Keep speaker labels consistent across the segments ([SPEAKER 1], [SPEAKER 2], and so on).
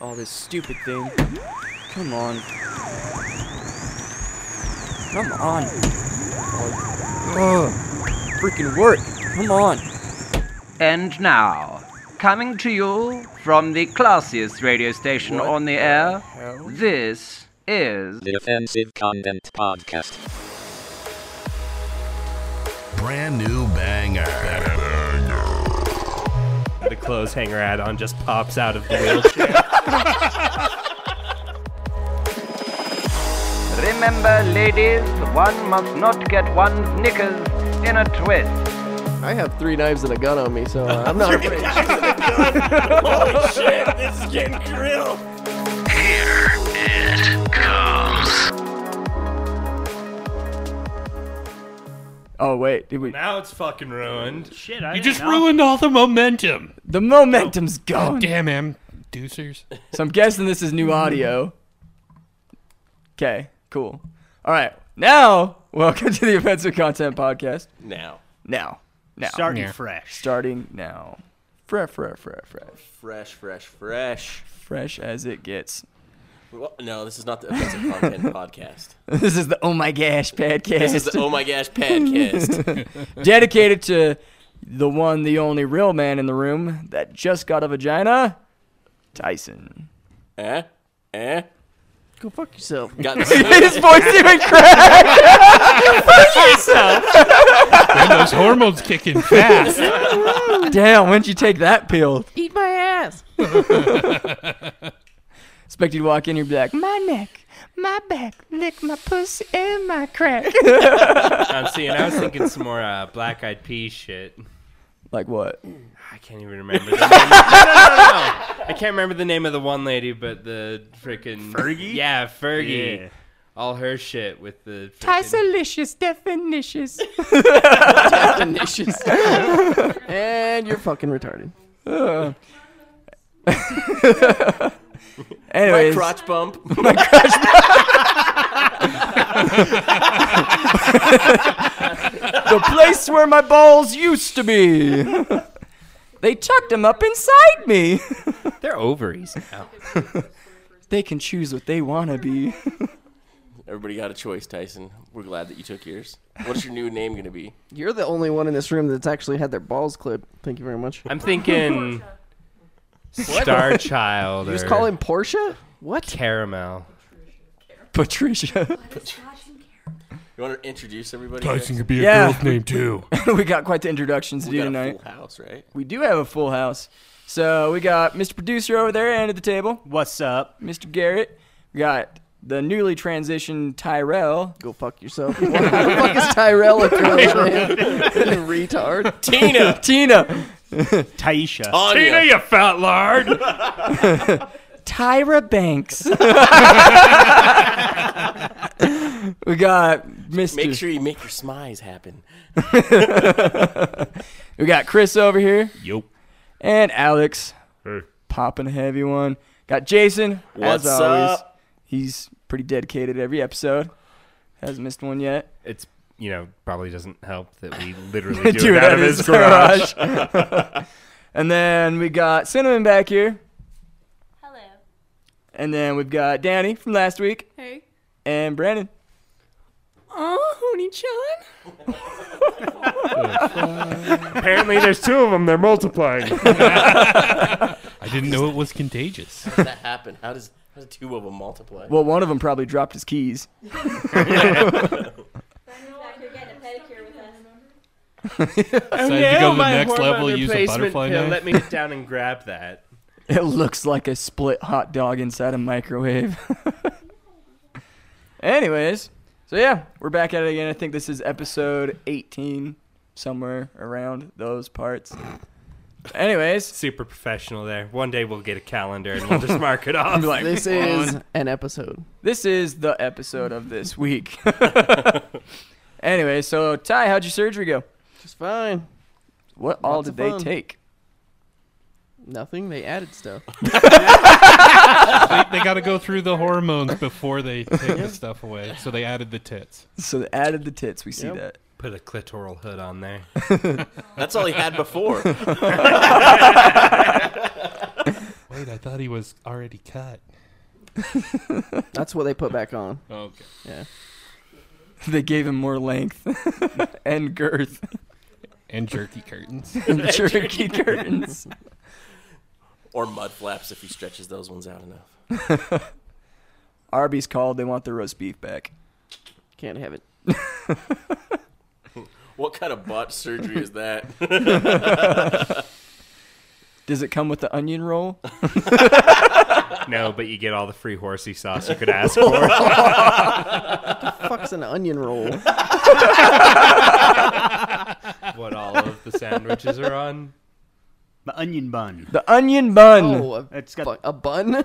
[SPEAKER 1] Oh, this stupid thing. Come on. Come on. Oh, ugh. Freaking work. Come on.
[SPEAKER 2] And now, coming to you from the classiest radio station
[SPEAKER 1] What
[SPEAKER 2] on the
[SPEAKER 1] the
[SPEAKER 2] air,
[SPEAKER 1] hell?
[SPEAKER 2] this is.
[SPEAKER 3] Defensive Content Podcast.
[SPEAKER 4] Brand new banger.
[SPEAKER 5] The clothes hanger add-on just pops out of the wheelchair.
[SPEAKER 2] Remember, ladies, one must not get one's knickers in a twist.
[SPEAKER 6] I have three knives and a gun on me, so uh, I'm not afraid. Oh wait, did we?
[SPEAKER 5] now it's fucking ruined.
[SPEAKER 7] Shit, I
[SPEAKER 8] You
[SPEAKER 7] didn't
[SPEAKER 8] just
[SPEAKER 7] know.
[SPEAKER 8] ruined all the momentum.
[SPEAKER 6] The momentum's gone.
[SPEAKER 8] Damn him, deucers.
[SPEAKER 6] So I'm guessing this is new audio. Okay, cool. All right, now welcome to the offensive content podcast.
[SPEAKER 5] Now.
[SPEAKER 6] Now, now,
[SPEAKER 7] starting
[SPEAKER 8] Yeah.
[SPEAKER 7] fresh.
[SPEAKER 6] starting now, fresh, fresh, fresh, fresh,
[SPEAKER 9] Fresh, fresh, fresh.
[SPEAKER 6] fresh as it gets.
[SPEAKER 9] Well, no, this is not the offensive content podcast.
[SPEAKER 6] This is the oh my gosh podcast.
[SPEAKER 9] This is the oh my gosh podcast.
[SPEAKER 6] dedicated to the one, the only real man in the room that just got a vagina, Tyson.
[SPEAKER 9] eh? Eh?
[SPEAKER 6] Go fuck yourself.
[SPEAKER 9] Got the
[SPEAKER 6] His voice even cracked.
[SPEAKER 8] Damn, those hormones kicking fast.
[SPEAKER 6] Damn, when'd you take that pill? Eat my ass. Expect you to walk in, you'd be like, my neck, my back, lick my pussy and my crack.
[SPEAKER 5] I'm seeing. I was thinking some more uh, Black Eyed Peas shit.
[SPEAKER 6] like what?
[SPEAKER 5] I can't even remember. The name. no, no, no, no. I can't remember the name of the one lady, but the freaking Fergie. Yeah, Fergie.
[SPEAKER 7] Yeah.
[SPEAKER 5] All her shit with the frickin-
[SPEAKER 6] Tysolicious definitions.
[SPEAKER 9] And
[SPEAKER 6] you're fucking retarded. Anyways,
[SPEAKER 9] crotch bump.
[SPEAKER 6] the place where my balls used to be. they tucked them up inside me.
[SPEAKER 5] They're ovaries now.
[SPEAKER 6] they can choose what they want to be.
[SPEAKER 9] Everybody got a choice, Tyson. We're glad that you took yours. What's your new name going to be?
[SPEAKER 10] You're the only one in this room that's actually had their balls clipped. Thank you very much.
[SPEAKER 5] I'm thinking Star Child
[SPEAKER 10] You just
[SPEAKER 5] or
[SPEAKER 10] call him Portia? What?
[SPEAKER 5] Caramel.
[SPEAKER 6] Patricia.
[SPEAKER 9] You want to introduce everybody?
[SPEAKER 8] Tyson
[SPEAKER 9] next?
[SPEAKER 8] could be a
[SPEAKER 6] Yeah.
[SPEAKER 8] girl's name too.
[SPEAKER 6] we got quite the introductions to
[SPEAKER 9] We
[SPEAKER 6] do
[SPEAKER 9] got
[SPEAKER 6] tonight.
[SPEAKER 9] a full house, right?
[SPEAKER 6] We do have a full house. So we got Mr. Producer over there and at the table,
[SPEAKER 7] What's up?
[SPEAKER 6] Mr. Garrett. We got the newly transitioned Tyrell.
[SPEAKER 10] Go fuck yourself. What the fuck is Tyrell a girl's name? Retard.
[SPEAKER 9] Tina.
[SPEAKER 6] Tina.
[SPEAKER 7] Taisha.
[SPEAKER 8] Tina,
[SPEAKER 9] Anya.
[SPEAKER 8] you fat lard.
[SPEAKER 6] Tyra Banks. we got Mr.
[SPEAKER 9] Make sure you make your smiles happen.
[SPEAKER 6] We got Chris over here
[SPEAKER 8] Yo.
[SPEAKER 6] and Alex. Popping a heavy one. Got Jason.
[SPEAKER 9] What's
[SPEAKER 6] as always.
[SPEAKER 9] up?
[SPEAKER 6] He's pretty dedicated every episode. Hasn't missed one yet.
[SPEAKER 5] It's you know probably doesn't help that we literally do, it out of his garage.
[SPEAKER 6] garage. and then we got Cinnamon back here.
[SPEAKER 11] Hello.
[SPEAKER 6] And then we've got Danny from last week
[SPEAKER 11] Hey.
[SPEAKER 6] and Brandon. Oh, honey chillin'.
[SPEAKER 5] Apparently, there's two of them. They're multiplying.
[SPEAKER 8] I didn't know it was contagious.
[SPEAKER 9] How does that happen? How does, how does two of them multiply?
[SPEAKER 6] Well, one of them probably dropped his keys.
[SPEAKER 11] Back here getting a pedicure with us.
[SPEAKER 8] Decided to go to the next level, use a butterfly knife.
[SPEAKER 5] Let me get down and grab that.
[SPEAKER 6] It looks like a split hot dog inside a microwave. Anyways, so yeah, we're back at it again. I think this is episode 18, somewhere around those parts. Anyways,
[SPEAKER 5] Super professional there. One day we'll get a calendar and we'll just mark it off.
[SPEAKER 10] This is an episode.
[SPEAKER 6] this is the episode of this week. anyway, so Ty, how'd your surgery go?
[SPEAKER 10] Just fine.
[SPEAKER 6] What all
[SPEAKER 10] Lots
[SPEAKER 6] did
[SPEAKER 10] of
[SPEAKER 6] they
[SPEAKER 10] fun.
[SPEAKER 6] take?
[SPEAKER 10] Nothing. They added stuff.
[SPEAKER 8] they, they got to go through the hormones before they take the stuff away. So they added the tits.
[SPEAKER 6] So they added the tits. We see
[SPEAKER 10] Yep.
[SPEAKER 6] that.
[SPEAKER 5] Put a clitoral hood on there.
[SPEAKER 9] That's all he had before.
[SPEAKER 8] What Wait, I thought he was already cut.
[SPEAKER 10] That's what they put back on.
[SPEAKER 8] Okay.
[SPEAKER 10] Yeah.
[SPEAKER 6] They gave him more length and girth.
[SPEAKER 8] And jerky curtains.
[SPEAKER 6] and jerky curtains.
[SPEAKER 9] Or mud flaps if he stretches those ones out enough.
[SPEAKER 6] Arby's called. They want their roast beef back.
[SPEAKER 10] Can't have it.
[SPEAKER 9] What kind of butt surgery is that?
[SPEAKER 6] Does it come with the onion roll?
[SPEAKER 5] No, but you get all the free horsey sauce you could ask for.
[SPEAKER 10] What the fuck's an onion roll?
[SPEAKER 5] what all of the sandwiches are on.
[SPEAKER 7] The onion bun.
[SPEAKER 6] The onion bun.
[SPEAKER 10] Oh, a,
[SPEAKER 7] It's got-
[SPEAKER 10] fu- a bun?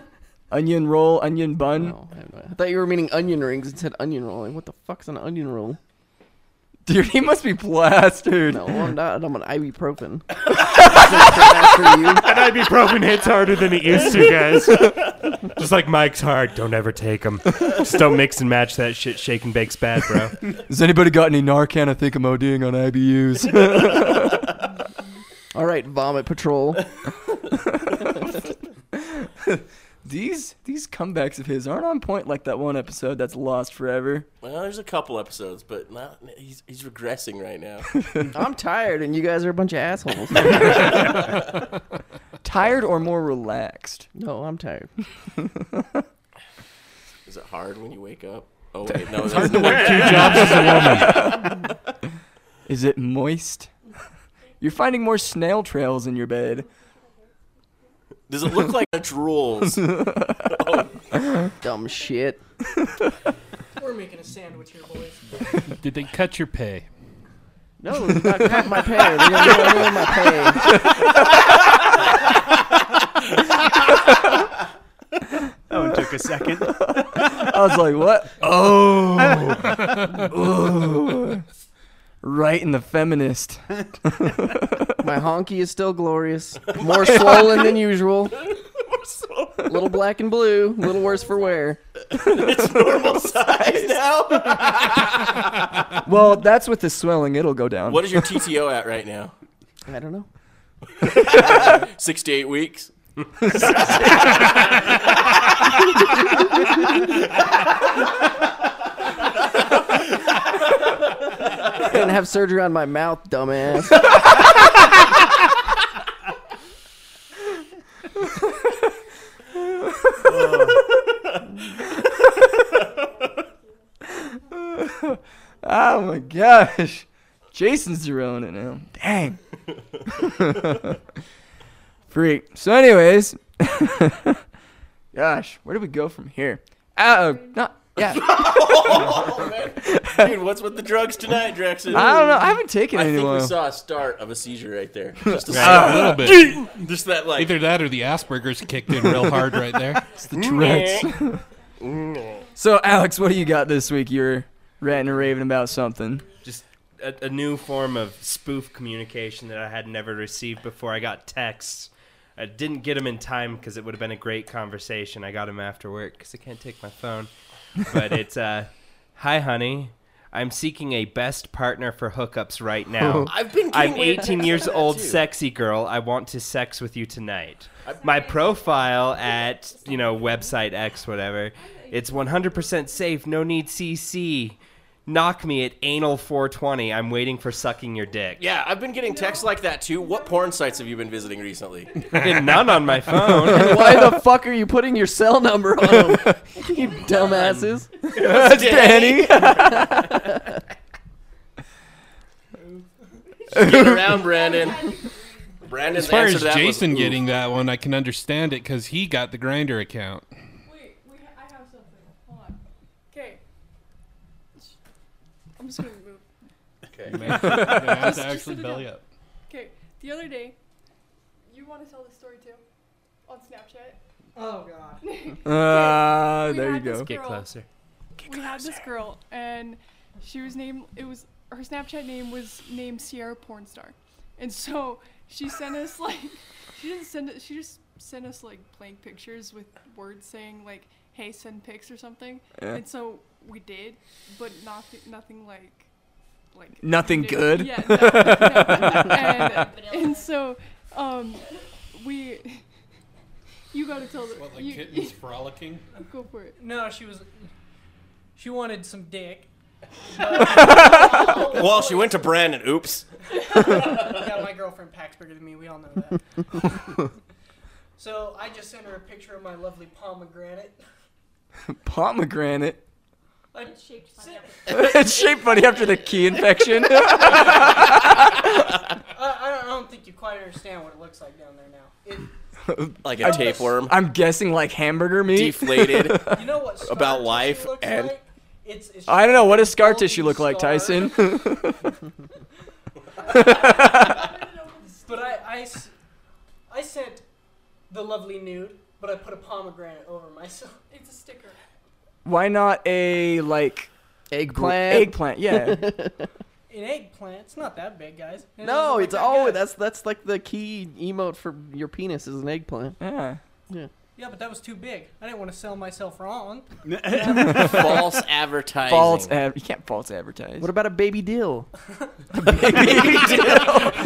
[SPEAKER 6] Onion roll, onion bun.
[SPEAKER 10] No, I, have no- I thought you were meaning onion rings and said onion roll. Like, what the fuck's an onion roll?
[SPEAKER 6] Dude, he must be plastered.
[SPEAKER 10] No, I'm not. I'm an ibuprofen.
[SPEAKER 5] And ibuprofen hits harder than it used to, guys. Just like Mike's hard. Don't ever take them. Just don't mix and match that shit. Shake and bake's bad, bro.
[SPEAKER 6] Has anybody got any Narcan? I think I'm ODing on IBUs.
[SPEAKER 10] All right, vomit patrol.
[SPEAKER 6] these these comebacks of his aren't on point like that one episode that's lost forever.
[SPEAKER 9] well, there's a couple episodes, but not. He's he's regressing right now.
[SPEAKER 10] I'm tired, and you guys are a bunch of assholes.
[SPEAKER 6] Tired or more relaxed?
[SPEAKER 10] no, I'm tired.
[SPEAKER 9] Is it hard when you wake up? Oh wait, no, that's
[SPEAKER 6] Is it moist? You're finding more snail trails in your bed.
[SPEAKER 9] Does it look like Dutch rules?
[SPEAKER 10] Dumb shit.
[SPEAKER 12] We're making a sandwich here, boys.
[SPEAKER 8] Did they cut your pay?
[SPEAKER 10] No, they're not cut my pay. They're gonna ruin my pay.
[SPEAKER 7] That one took a second.
[SPEAKER 6] I was like, what? Oh. Ooh. Right in the feminist.
[SPEAKER 10] My honky is still glorious. More swollen than usual. Little black and blue. Little worse for wear.
[SPEAKER 9] size now.
[SPEAKER 6] Well, that's with the swelling. It'll go down.
[SPEAKER 9] What is your TTO at right now?
[SPEAKER 10] I don't know.
[SPEAKER 9] Six to eight weeks.
[SPEAKER 10] I didn't have surgery on my mouth, dumbass.
[SPEAKER 6] Oh my gosh. Jason's zeroing it now. Dang. Freak. So, anyways, gosh, where do we go from here? Uh, not. Yeah,
[SPEAKER 9] Dude, what's with the drugs tonight, Draxon?
[SPEAKER 6] I don't know. I haven't taken
[SPEAKER 9] I
[SPEAKER 6] any
[SPEAKER 9] think we
[SPEAKER 6] while.
[SPEAKER 9] saw a start of a seizure right there. Just, a
[SPEAKER 8] a little bit.
[SPEAKER 9] just that, like,
[SPEAKER 8] Uh-huh. Either that or the Asperger's kicked in real hard right there.
[SPEAKER 6] the Tourette's. so, Alex, what do you got this week? You're ranting and raving about something.
[SPEAKER 5] Just a, a new form of spoof communication that I had never received before. I got texts. I didn't get them in time because it would have been a great conversation. I got them after work because I can't take my phone. But it's, uh, hi, honey. I'm seeking a best partner for hookups right now.
[SPEAKER 9] I've been.
[SPEAKER 5] I'm
[SPEAKER 9] getting weird
[SPEAKER 5] 18
[SPEAKER 9] texts
[SPEAKER 5] years
[SPEAKER 9] like that,
[SPEAKER 5] old,
[SPEAKER 9] too.
[SPEAKER 5] sexy girl. I want to sex with you tonight. My profile at, you know, website X, whatever, it's 100% safe. No need CC. Knock me at anal 420. I'm waiting for sucking your dick.
[SPEAKER 9] Yeah, I've been getting texts like that too. What porn sites have you been visiting recently?
[SPEAKER 5] And none on my phone.
[SPEAKER 10] Why the fuck are you putting your cell number on them? You dumbasses.
[SPEAKER 6] That's Danny.
[SPEAKER 9] Get around, Brandon. Brandon's
[SPEAKER 8] As far
[SPEAKER 9] answer
[SPEAKER 8] as
[SPEAKER 9] to that was,
[SPEAKER 8] Jason
[SPEAKER 9] "Ooh."
[SPEAKER 8] getting that one, I can understand it because he got the grinder account.
[SPEAKER 12] Wait, we ha- I have something. Hold on. Okay. I'm just gonna move.
[SPEAKER 8] have
[SPEAKER 12] Just-
[SPEAKER 8] to
[SPEAKER 12] just
[SPEAKER 8] actually
[SPEAKER 12] sit it
[SPEAKER 8] belly
[SPEAKER 12] down.
[SPEAKER 8] up.
[SPEAKER 12] Okay. The other day, you want to tell this story too, on Snapchat.
[SPEAKER 11] Oh god.
[SPEAKER 6] Ah,
[SPEAKER 12] We
[SPEAKER 6] Uh, there you
[SPEAKER 12] had this
[SPEAKER 6] go.
[SPEAKER 5] Get
[SPEAKER 12] girl-
[SPEAKER 5] closer.
[SPEAKER 12] we had this girl, and she was named. It was her Snapchat name was named Sierra Porn Star, and so she sent us like she didn't send it. She just sent us like blank pictures with words saying like "Hey, send pics" or something.
[SPEAKER 6] Yeah.
[SPEAKER 12] And so we did, but nothing, nothing like. Like
[SPEAKER 6] Nothing
[SPEAKER 12] new.
[SPEAKER 6] good?
[SPEAKER 12] Yeah. no, no. And, and so, um, we You gotta tell the.
[SPEAKER 8] What, like
[SPEAKER 12] you,
[SPEAKER 8] kittens frolicking?
[SPEAKER 12] Go for it.
[SPEAKER 13] No, she was. She wanted some dick.
[SPEAKER 9] well, she went to Brandon. Oops.
[SPEAKER 13] yeah, my girlfriend packs bigger than me. We all know that. so I just sent her a picture of my lovely pomegranate.
[SPEAKER 6] Pomegranate.
[SPEAKER 13] Like, it's shaped funny.
[SPEAKER 6] it's shaped funny after the key infection.
[SPEAKER 13] I, I, don't, I don't think you quite understand what it looks like down there now. It,
[SPEAKER 9] Like
[SPEAKER 6] a
[SPEAKER 9] a tapeworm.
[SPEAKER 6] I'm guessing like hamburger meat.
[SPEAKER 9] Deflated.
[SPEAKER 13] you know what? scar
[SPEAKER 9] About
[SPEAKER 13] tissue
[SPEAKER 9] life
[SPEAKER 13] looks
[SPEAKER 9] and-
[SPEAKER 13] like? It's, it's
[SPEAKER 6] I don't know. What does
[SPEAKER 13] just
[SPEAKER 10] Oh,
[SPEAKER 6] scar
[SPEAKER 13] bulging
[SPEAKER 6] tissue look like,
[SPEAKER 13] scar.
[SPEAKER 6] Tyson?
[SPEAKER 13] but I, I s- I sent the lovely nude, but I put a pomegranate over myself.
[SPEAKER 12] It's a sticker.
[SPEAKER 6] Why not a like
[SPEAKER 10] Eggplant.
[SPEAKER 6] Eggplant, yeah.
[SPEAKER 13] An eggplant. It's not that big, guys. It
[SPEAKER 10] no,
[SPEAKER 13] doesn't
[SPEAKER 10] it's
[SPEAKER 13] look that
[SPEAKER 10] oh,
[SPEAKER 13] good.
[SPEAKER 10] that's that's like the key emote for your penis is an eggplant.
[SPEAKER 6] Yeah.
[SPEAKER 10] Yeah.
[SPEAKER 13] Yeah, but that was too big. I didn't want to sell myself wrong.
[SPEAKER 9] False advertising.
[SPEAKER 6] False ad. You can't false advertise.
[SPEAKER 10] What about a baby dill?
[SPEAKER 6] a baby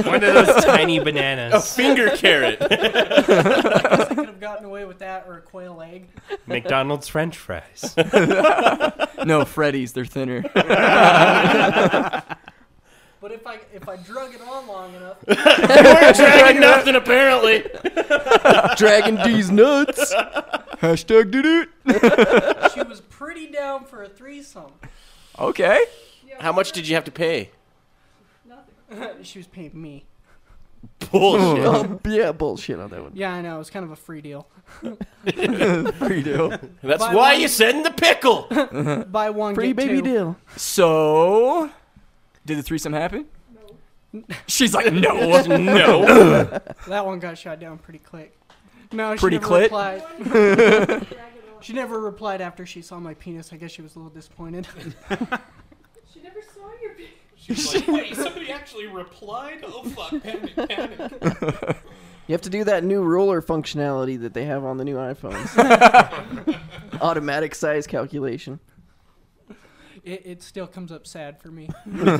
[SPEAKER 5] One of those tiny bananas.
[SPEAKER 9] A finger carrot.
[SPEAKER 13] I could have gotten away with that or a quail egg.
[SPEAKER 5] McDonald's French fries.
[SPEAKER 6] no, Freddy's. They're thinner.
[SPEAKER 13] But if I if I drug it on long enough,
[SPEAKER 9] dragging nothing apparently.
[SPEAKER 10] Dragging these nuts.
[SPEAKER 6] Hashtag did it.
[SPEAKER 13] she was pretty down for a threesome.
[SPEAKER 6] Okay.
[SPEAKER 9] How much did you have to pay?
[SPEAKER 13] she was paying me.
[SPEAKER 10] Oh,
[SPEAKER 9] Bullshit.
[SPEAKER 10] yeah, bullshit on that one.
[SPEAKER 13] Yeah, I know. It was kind of a free deal.
[SPEAKER 6] Free deal.
[SPEAKER 9] That's
[SPEAKER 13] Buy
[SPEAKER 9] why
[SPEAKER 13] one-
[SPEAKER 9] you send the pickle.
[SPEAKER 13] Buy one,
[SPEAKER 10] Free
[SPEAKER 13] get
[SPEAKER 10] baby
[SPEAKER 13] two.
[SPEAKER 10] dill.
[SPEAKER 6] So, did the threesome happen? No. She's like, no,
[SPEAKER 9] No.
[SPEAKER 13] That one got shot down pretty quick. No, she
[SPEAKER 6] Pretty
[SPEAKER 13] never
[SPEAKER 6] clit?
[SPEAKER 13] replied. she never replied after she saw my penis. I guess she was a little disappointed.
[SPEAKER 12] She never saw your picture.
[SPEAKER 8] She's like, wait, somebody actually replied? Oh fuck, panic, panic.
[SPEAKER 10] You have to do that new ruler functionality that they have on the new iPhones. Automatic size calculation.
[SPEAKER 13] it, it still comes up sad for me.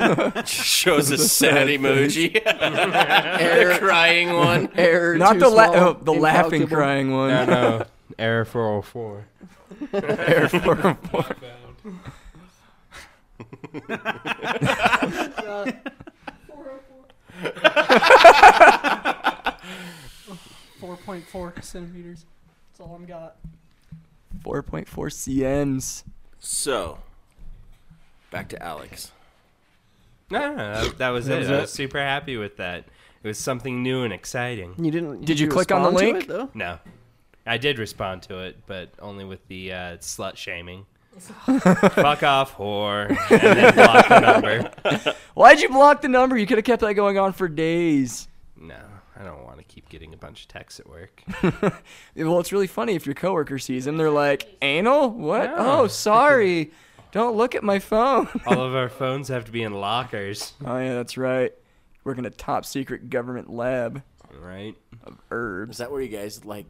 [SPEAKER 9] Shows a sad
[SPEAKER 6] sad
[SPEAKER 9] emoji. the
[SPEAKER 10] Error.
[SPEAKER 9] crying one.
[SPEAKER 10] Error.
[SPEAKER 6] Not
[SPEAKER 10] too
[SPEAKER 6] the la-
[SPEAKER 10] small,
[SPEAKER 6] oh, the laughing
[SPEAKER 10] incalculable.
[SPEAKER 6] crying one.
[SPEAKER 5] no, no. Error 404.
[SPEAKER 6] Air four four.
[SPEAKER 13] Uh, Four point four centimeters. That's all I'm got.
[SPEAKER 6] 4.4 cms.
[SPEAKER 9] So, back to Alex.
[SPEAKER 5] No, no, no, that, that was
[SPEAKER 6] That
[SPEAKER 5] it.
[SPEAKER 6] was
[SPEAKER 5] I
[SPEAKER 6] it?
[SPEAKER 5] was super happy with that. It was something new and exciting.
[SPEAKER 10] You didn't.
[SPEAKER 6] Did you click on the
[SPEAKER 10] respond to
[SPEAKER 6] link?
[SPEAKER 10] it, though?
[SPEAKER 5] No, I did respond to it, but only with the uh, slut shaming. Fuck off, whore, and then block the number.
[SPEAKER 6] Why'd you block the number? You could have kept that going on for days.
[SPEAKER 5] No, I don't want to keep getting a bunch of texts at work.
[SPEAKER 6] Well, it's really funny if your coworker sees them. They're like, anal? What?
[SPEAKER 5] Yeah.
[SPEAKER 6] Oh, sorry. Don't look at my phone.
[SPEAKER 5] All of our phones have to be in lockers,
[SPEAKER 6] oh, yeah, that's right. Working a top secret government lab
[SPEAKER 5] right?
[SPEAKER 6] of herbs.
[SPEAKER 9] Is that where you guys like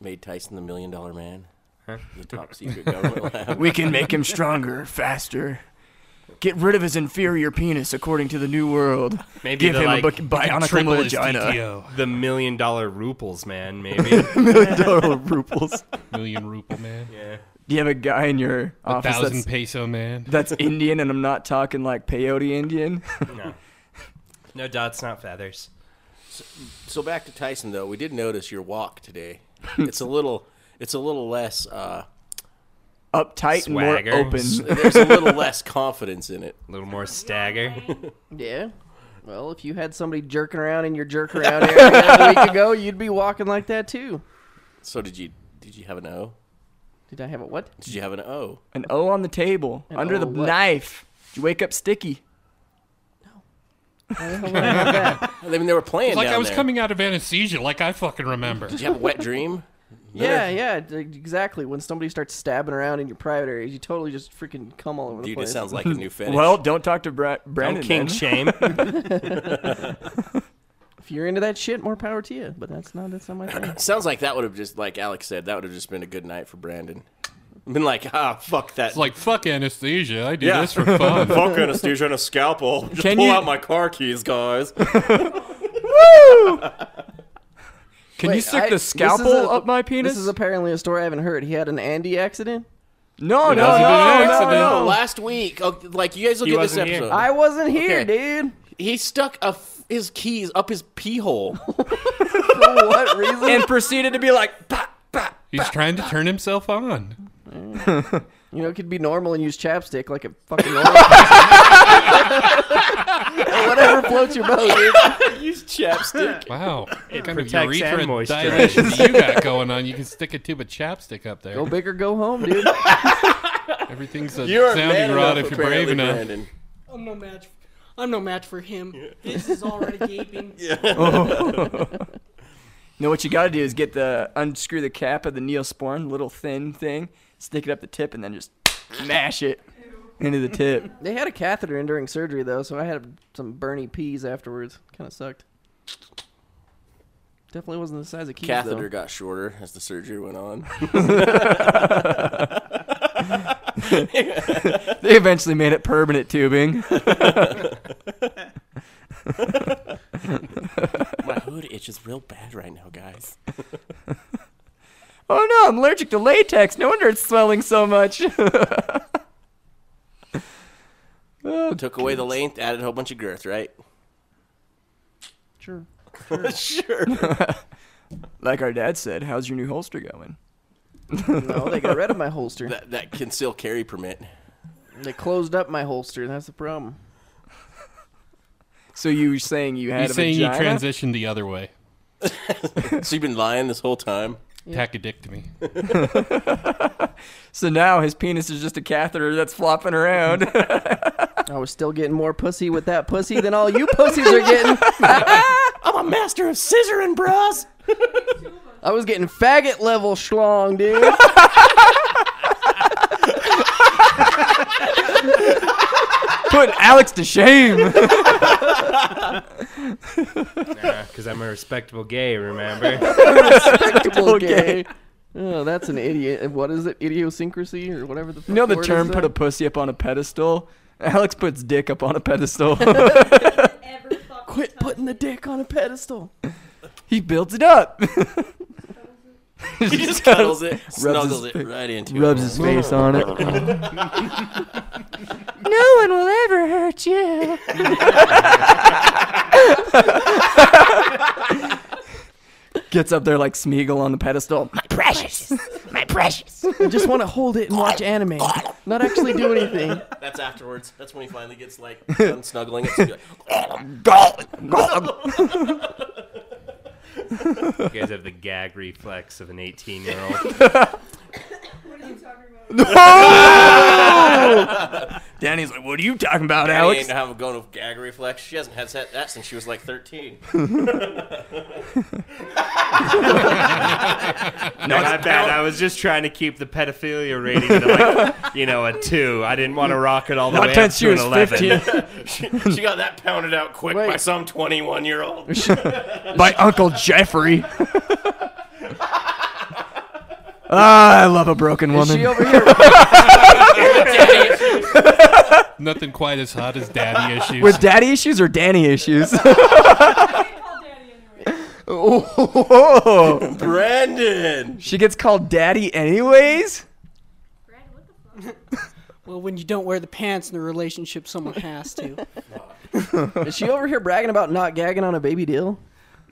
[SPEAKER 9] made Tyson the Million Dollar Man? The top secret government lab.
[SPEAKER 6] We can make him stronger, faster. Get rid of his inferior penis, according to the New World.
[SPEAKER 5] Maybe
[SPEAKER 6] Give
[SPEAKER 5] the,
[SPEAKER 6] him
[SPEAKER 5] like,
[SPEAKER 6] a bu- bionical
[SPEAKER 8] Triple his
[SPEAKER 6] vagina.
[SPEAKER 8] DTO.
[SPEAKER 5] The million dollar ruples, man. Maybe.
[SPEAKER 6] Million dollar ruples.
[SPEAKER 8] Million ruple man.
[SPEAKER 5] yeah.
[SPEAKER 6] Do you have a guy in your
[SPEAKER 8] A
[SPEAKER 6] office
[SPEAKER 8] thousand
[SPEAKER 6] that's,
[SPEAKER 8] peso man.
[SPEAKER 6] that's Indian, and I'm not talking like peyote Indian?
[SPEAKER 5] No. No dots, not feathers.
[SPEAKER 9] So back to Tyson though. We did notice your walk today. It's a little. It's a little less. Uh,
[SPEAKER 6] Uptight
[SPEAKER 5] Swagger.
[SPEAKER 6] and more
[SPEAKER 9] s-
[SPEAKER 6] open.
[SPEAKER 9] there's a little less confidence in it.
[SPEAKER 5] A little more stagger.
[SPEAKER 10] Yeah. Well, if you had somebody jerking around in your jerk around area a week ago, you'd be walking like that too.
[SPEAKER 9] So did you? Did you have an O?
[SPEAKER 10] Did I have a what?
[SPEAKER 9] Did you have an O?
[SPEAKER 6] An O on the table,
[SPEAKER 10] An
[SPEAKER 6] under
[SPEAKER 10] O
[SPEAKER 6] the
[SPEAKER 10] what?
[SPEAKER 6] knife. Did you wake up sticky?
[SPEAKER 10] Why the hell would I have that?
[SPEAKER 9] I mean, they were playing.
[SPEAKER 8] It's like
[SPEAKER 9] down
[SPEAKER 8] I was
[SPEAKER 9] there.
[SPEAKER 8] coming out of anesthesia, like I fucking remember.
[SPEAKER 9] Did you have a wet dream?
[SPEAKER 10] Yeah, yeah, d- exactly. When somebody starts stabbing around in your private areas, you totally just freaking come all over the
[SPEAKER 9] Dude, it
[SPEAKER 10] place.
[SPEAKER 9] sounds like a new fetish.
[SPEAKER 6] Well, don't talk to Bra-
[SPEAKER 5] Don't
[SPEAKER 6] Brandon.
[SPEAKER 5] kink
[SPEAKER 6] then.
[SPEAKER 5] shame.
[SPEAKER 10] if you're into that shit, more power to you. But that's not that's not my thing.
[SPEAKER 9] sounds like that would have just like Alex said. That would have just been a good night for Brandon. Been like, ah, fuck that.
[SPEAKER 8] It's like fuck anesthesia. I do
[SPEAKER 9] Yeah.
[SPEAKER 8] this for fun.
[SPEAKER 9] Fuck anesthesia and a scalpel. Just
[SPEAKER 6] Can pull you- out
[SPEAKER 9] my car keys, guys.
[SPEAKER 6] Can you
[SPEAKER 10] Wait,
[SPEAKER 6] stick
[SPEAKER 10] I-
[SPEAKER 6] the
[SPEAKER 10] this is
[SPEAKER 6] scalpel
[SPEAKER 10] a-
[SPEAKER 6] up my penis?
[SPEAKER 10] This is apparently a story I haven't heard. He had an Andy accident.
[SPEAKER 6] No, It no, wasn't no, an no, accident. no.
[SPEAKER 9] Last week, oh, like you guys look
[SPEAKER 10] He
[SPEAKER 9] at this
[SPEAKER 10] wasn't here.
[SPEAKER 9] episode.
[SPEAKER 10] I wasn't here, dude.
[SPEAKER 9] He stuck a f- his keys up his pee hole.
[SPEAKER 10] what reason?
[SPEAKER 6] And proceeded to be like, "Bah."
[SPEAKER 8] He's trying to turn himself on.
[SPEAKER 10] You know, it could be normal and use chapstick like a fucking normal person. Or whatever floats your boat, dude.
[SPEAKER 13] Use
[SPEAKER 9] chapstick.
[SPEAKER 8] Wow. what
[SPEAKER 13] It
[SPEAKER 8] kind of
[SPEAKER 13] protects and
[SPEAKER 8] urethra
[SPEAKER 13] moisturizes.
[SPEAKER 8] dilation do you got going on? You can stick a tube of chapstick up there.
[SPEAKER 10] Go big or go home, dude.
[SPEAKER 8] Everything's a
[SPEAKER 9] You're a man
[SPEAKER 8] sounding rod
[SPEAKER 9] enough,
[SPEAKER 8] if you're brave
[SPEAKER 9] apparently,
[SPEAKER 8] enough.
[SPEAKER 9] Brandon.
[SPEAKER 13] I'm no match. I'm no match for him. This is already gaping.
[SPEAKER 6] No, what you got to do is get the unscrew the cap of the neosporin, little thin thing, stick it up the tip, and then just mash it into the tip.
[SPEAKER 10] They had a catheter in during surgery though, so I had some Bernie peas afterwards. Kind of sucked. Definitely wasn't the size of keys
[SPEAKER 9] Catheter
[SPEAKER 10] though.
[SPEAKER 9] got shorter as the surgery went on.
[SPEAKER 6] they eventually made it permanent tubing.
[SPEAKER 9] My hood itches real bad right now, guys.
[SPEAKER 6] oh no, I'm allergic to latex. No wonder it's swelling so much. Oh,
[SPEAKER 9] Took away the length, added a whole bunch of girth, right?
[SPEAKER 10] Sure.
[SPEAKER 9] sure.
[SPEAKER 6] like our dad said, how's your new holster going?
[SPEAKER 10] no, they got rid of my holster.
[SPEAKER 9] That, that conceal carry permit.
[SPEAKER 10] They closed up my holster. That's the problem.
[SPEAKER 6] So you were saying you had
[SPEAKER 8] He's
[SPEAKER 6] a
[SPEAKER 8] saying you
[SPEAKER 6] vagina?
[SPEAKER 8] transitioned the other way.
[SPEAKER 9] so you've been lying this whole time?
[SPEAKER 8] Yeah. Tachydectomy.
[SPEAKER 6] so now his penis is just a catheter that's flopping around.
[SPEAKER 10] I was still getting more pussy with that pussy than all you pussies are getting.
[SPEAKER 9] I'm a master of scissoring, bros.
[SPEAKER 10] I was getting faggot level schlong, dude.
[SPEAKER 6] Putting Alex to shame.
[SPEAKER 5] Because I'm a respectable gay, remember?
[SPEAKER 10] Respectable
[SPEAKER 6] Okay.
[SPEAKER 10] gay. Oh, that's an idiot. What is it? Idiosyncrasy or whatever the. Fuck
[SPEAKER 6] You know the
[SPEAKER 10] word
[SPEAKER 6] term
[SPEAKER 10] is
[SPEAKER 6] put a
[SPEAKER 10] that?
[SPEAKER 6] pussy up on a pedestal? Alex puts dick up on a pedestal.
[SPEAKER 10] Quit putting the dick on a pedestal.
[SPEAKER 6] he builds it up.
[SPEAKER 9] He just cuddles it, snuggles it right into it.
[SPEAKER 10] rubs his face on it.
[SPEAKER 6] no one will ever hurt you. Gets up there like Smeagol on the pedestal. My precious. My precious.
[SPEAKER 10] I just want to hold it and watch anime, not actually do anything.
[SPEAKER 9] That's afterwards. That's when he finally gets like done snuggling. It's like,
[SPEAKER 5] you guys have the gag reflex of an 18 year old.
[SPEAKER 6] No! Danny's like, what are you talking about,
[SPEAKER 9] Daddy
[SPEAKER 6] Alex?
[SPEAKER 9] Ain't have going with gag reflex. She hasn't had that, that since she was like 13.
[SPEAKER 5] No, I bet I was just trying to keep the pedophilia rating at like, you know, a two. I didn't want to rock it all the
[SPEAKER 6] Not
[SPEAKER 5] way up
[SPEAKER 6] since she
[SPEAKER 5] to an
[SPEAKER 6] was
[SPEAKER 5] eleven.
[SPEAKER 6] 15.
[SPEAKER 9] she, she got that pounded out quick by some 21 year old.
[SPEAKER 6] By Uncle Jeffrey. ah, I love a broken woman.
[SPEAKER 8] Nothing quite as hot as daddy issues.
[SPEAKER 6] With daddy issues or Danny issues? Oh,
[SPEAKER 9] Brandon.
[SPEAKER 6] she gets called daddy anyways.
[SPEAKER 13] Well, when you don't wear the pants in the relationship, someone has to.
[SPEAKER 10] Is she over here bragging about not gagging on a baby deal?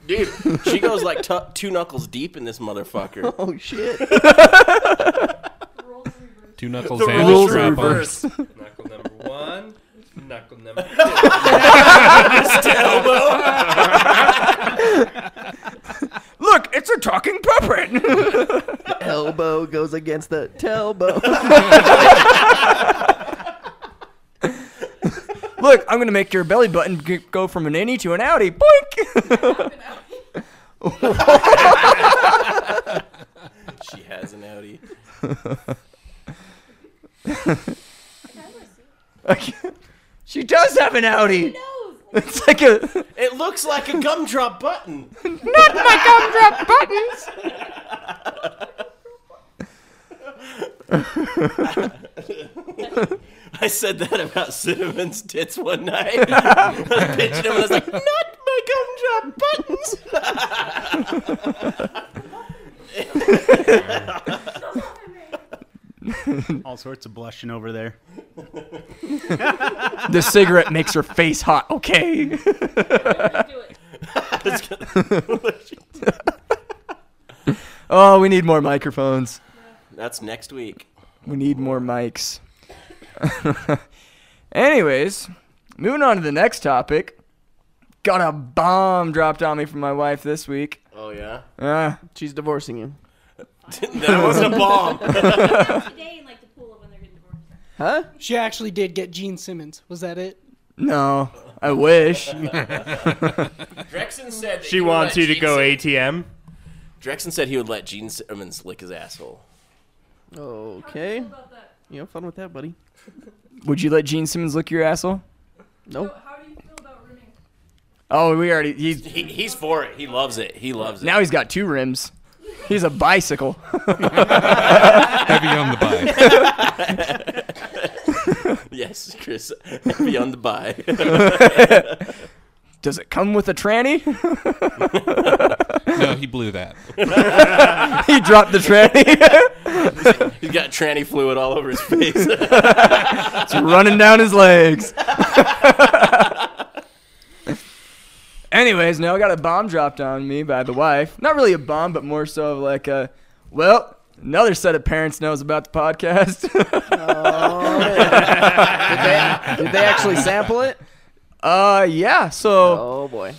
[SPEAKER 9] Dude, she goes like tu two knuckles deep in this motherfucker.
[SPEAKER 10] Oh shit!
[SPEAKER 8] Two knuckles
[SPEAKER 9] The
[SPEAKER 8] and
[SPEAKER 9] roles
[SPEAKER 8] a strap on.
[SPEAKER 9] reversed.
[SPEAKER 5] Knuckle number one, knuckle number two. Just elbow.
[SPEAKER 6] Look, it's a talking puppet.
[SPEAKER 10] Elbow goes against the tailbone.
[SPEAKER 6] Look, I'm gonna make your belly button g- go from an innie to an outie. Boink.
[SPEAKER 9] she has an Audi.
[SPEAKER 6] she does have an outie. It's like a
[SPEAKER 9] It looks like a gumdrop button. Not
[SPEAKER 6] my
[SPEAKER 9] I said that about Cinnamon's tits one night. I was pitching him and I was like, not my gumdrop buttons.
[SPEAKER 7] All sorts of blushing over there.
[SPEAKER 6] the cigarette makes her face hot. Okay. oh, we need more microphones.
[SPEAKER 9] That's next week.
[SPEAKER 6] We need more mics. Anyways, moving on to the next topic. Got a bomb dropped on me from my wife this week. Uh,
[SPEAKER 9] Oh, yeah?
[SPEAKER 6] Yeah.
[SPEAKER 10] She's divorcing you.
[SPEAKER 9] that wasn't a bomb.
[SPEAKER 10] huh?
[SPEAKER 14] She actually did get Gene Simmons. Was that it?
[SPEAKER 6] No, I wish.
[SPEAKER 9] Drexen said that
[SPEAKER 5] She
[SPEAKER 9] he would
[SPEAKER 5] wants
[SPEAKER 9] let
[SPEAKER 5] you to
[SPEAKER 9] Gene
[SPEAKER 5] go
[SPEAKER 9] Sim-
[SPEAKER 5] ATM.
[SPEAKER 9] Drexen said he would let Gene Simmons lick his asshole.
[SPEAKER 10] Okay. You have fun with that, buddy.
[SPEAKER 6] Would you let Gene Simmons lick your asshole?
[SPEAKER 10] Nope.
[SPEAKER 6] Oh, we already. He's
[SPEAKER 9] He, he's for it. He loves it. He loves it.
[SPEAKER 6] now he's got two rims. He's a bicycle.
[SPEAKER 9] Heavy
[SPEAKER 6] on
[SPEAKER 9] yes, Chris. Heavy on the buy.
[SPEAKER 6] Does it come with a tranny?
[SPEAKER 8] No, he blew that.
[SPEAKER 6] he dropped the tranny.
[SPEAKER 9] he's got tranny fluid all over his face.
[SPEAKER 6] it's running down his legs. Anyways, now I got a bomb dropped on me by the wife. Not really a bomb, but more so of like a, well, another set of parents knows about the podcast.
[SPEAKER 10] did, they, did they actually sample it?
[SPEAKER 6] Uh, yeah. So.
[SPEAKER 10] Oh boy.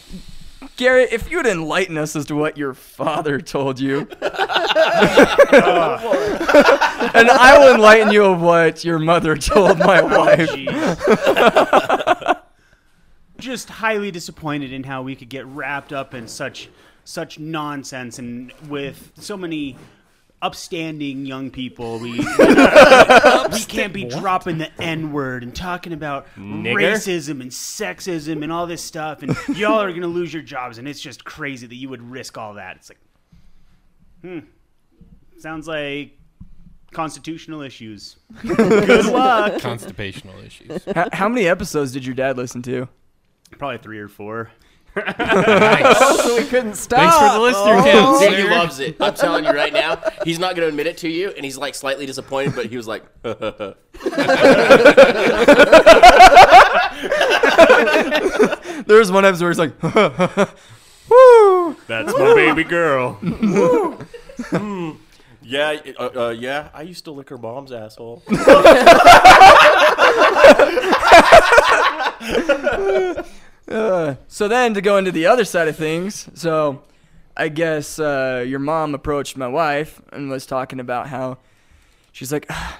[SPEAKER 6] Garrett, if you'd enlighten us as to what your father told you,
[SPEAKER 7] Ah.
[SPEAKER 6] and I will enlighten you of what your mother told my wife.
[SPEAKER 7] Just highly disappointed in how we could get wrapped up in such such nonsense and with so many upstanding young people we we can't be dropping the n word and talking about
[SPEAKER 5] Nigger?
[SPEAKER 7] racism and sexism and all this stuff and y'all are going to lose your jobs and it's just crazy that you would risk all that it's like hmm sounds like constitutional issues good luck
[SPEAKER 8] Constipational issues.
[SPEAKER 6] how, how many episodes did your dad listen to?
[SPEAKER 7] Probably three or four.
[SPEAKER 10] so we couldn't stop.
[SPEAKER 6] Thanks for the listener,
[SPEAKER 10] Oh.
[SPEAKER 9] See, he loves it. I'm telling you right now, he's not going to admit it to you, and he's like slightly disappointed, but he was like,
[SPEAKER 6] there was one episode where he's like, "Woo,
[SPEAKER 5] That's my baby girl."
[SPEAKER 6] Woo.
[SPEAKER 9] Hmm. "Yeah, uh, uh, yeah, I used to lick her mom's asshole."
[SPEAKER 6] Uh, so then to go into the other side of things, so I guess uh, your mom approached my wife and was talking about how she's like, "Ah,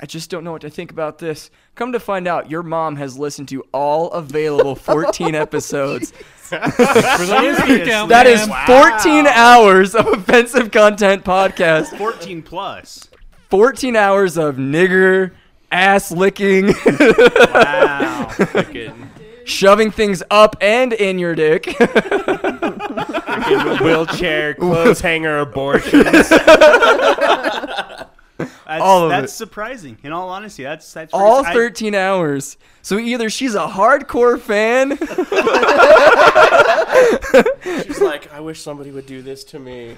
[SPEAKER 6] I just don't know what to think about this. Come to find out, your mom has listened to all available 14 episodes.
[SPEAKER 7] those of you down
[SPEAKER 6] that
[SPEAKER 7] there-
[SPEAKER 6] is
[SPEAKER 7] Wow.
[SPEAKER 6] 14 hours of offensive content podcast,
[SPEAKER 7] 14 plus.
[SPEAKER 6] 14 hours of nigger ass licking.
[SPEAKER 7] Wow.
[SPEAKER 6] Shoving things up and in your dick.
[SPEAKER 5] Freaking wheelchair, clothes hanger abortions.
[SPEAKER 7] That's,
[SPEAKER 6] All of
[SPEAKER 7] that's
[SPEAKER 6] it.
[SPEAKER 7] surprising. In all honesty, that's that's
[SPEAKER 6] all
[SPEAKER 7] I-
[SPEAKER 6] 13 hours. So either she's a hardcore fan.
[SPEAKER 9] She's like, "I wish somebody would do this to me."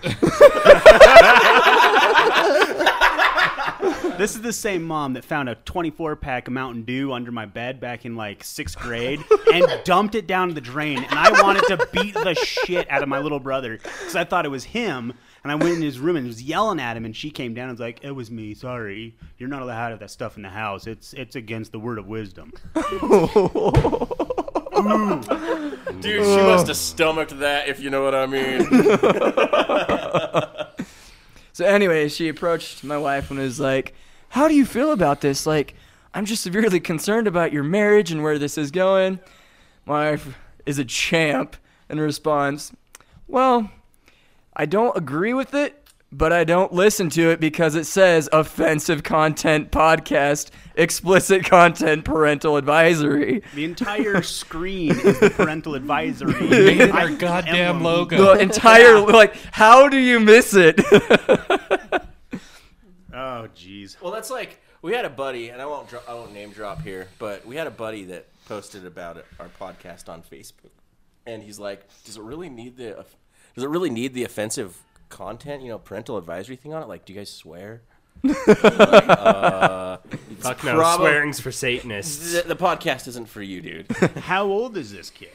[SPEAKER 7] this is the same mom that found a 24 pack of Mountain Dew under my bed back in like sixth grade and dumped it down the drain. And I wanted to beat the shit out of my little brother because I thought it was him. And I went in his room and was yelling at him. And she came down and was like, "It was me. Sorry, you're not allowed to have that stuff in the house. It's it's against the word of wisdom."
[SPEAKER 9] Dude, she must have stomached that, if you know what I mean.
[SPEAKER 6] so anyway, she approached my wife and was like, "How do you feel about this? Like, I'm just severely concerned about your marriage and where this is going." My wife is a champ and responds, "Well, I don't agree with it, but I don't listen to it because it says offensive content podcast, explicit content, parental advisory."
[SPEAKER 7] The entire screen is the parental advisory.
[SPEAKER 6] Made it
[SPEAKER 8] our
[SPEAKER 7] I-
[SPEAKER 8] goddamn
[SPEAKER 7] emblem.
[SPEAKER 8] logo.
[SPEAKER 6] The entire like, how do you miss it?
[SPEAKER 7] Oh, jeez.
[SPEAKER 9] Well, that's like we had a buddy, and I won't dro- I won't name drop here, but we had a buddy that posted about it, our podcast on Facebook, and he's like, "Does it really need the? Does it really need the offensive content? You know, parental advisory thing on it. Like, do you guys swear? uh, it's
[SPEAKER 5] Fuck no,
[SPEAKER 9] probab-
[SPEAKER 5] swearing's for Satanists.
[SPEAKER 9] The, the podcast isn't for you, dude.
[SPEAKER 7] How old is this kid?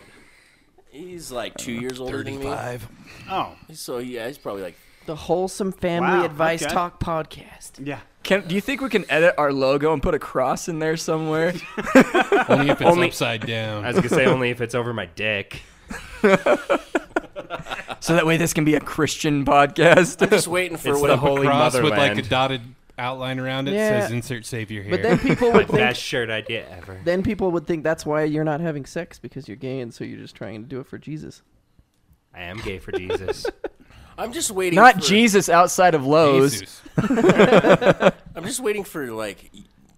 [SPEAKER 9] He's like two
[SPEAKER 6] Uh,
[SPEAKER 9] years older than me.
[SPEAKER 7] 35. Oh,
[SPEAKER 9] so yeah, he's probably like
[SPEAKER 10] The wholesome family
[SPEAKER 9] Wow,
[SPEAKER 10] advice
[SPEAKER 9] okay.
[SPEAKER 10] talk podcast.
[SPEAKER 7] Yeah.
[SPEAKER 6] Can, do you think we can edit our logo and put a cross in there somewhere?
[SPEAKER 8] Only if it's upside down.
[SPEAKER 5] I was gonna say only if it's over my dick.
[SPEAKER 6] so that way this can be a Christian podcast.
[SPEAKER 9] I'm just waiting for
[SPEAKER 8] it's
[SPEAKER 9] when
[SPEAKER 8] the
[SPEAKER 9] a holy
[SPEAKER 8] cross with like a
[SPEAKER 9] motherland.
[SPEAKER 8] dotted outline around it
[SPEAKER 10] Yeah.
[SPEAKER 8] says "Insert Savior" here.
[SPEAKER 10] But then people would think-
[SPEAKER 5] best shirt idea ever.
[SPEAKER 10] Then people would think that's why you're not having sex because you're gay and so you're just trying to do it for Jesus.
[SPEAKER 5] I am gay for Jesus.
[SPEAKER 9] I'm just waiting.
[SPEAKER 6] Not
[SPEAKER 9] for,
[SPEAKER 6] Jesus outside of Lowe's.
[SPEAKER 9] I'm just waiting for like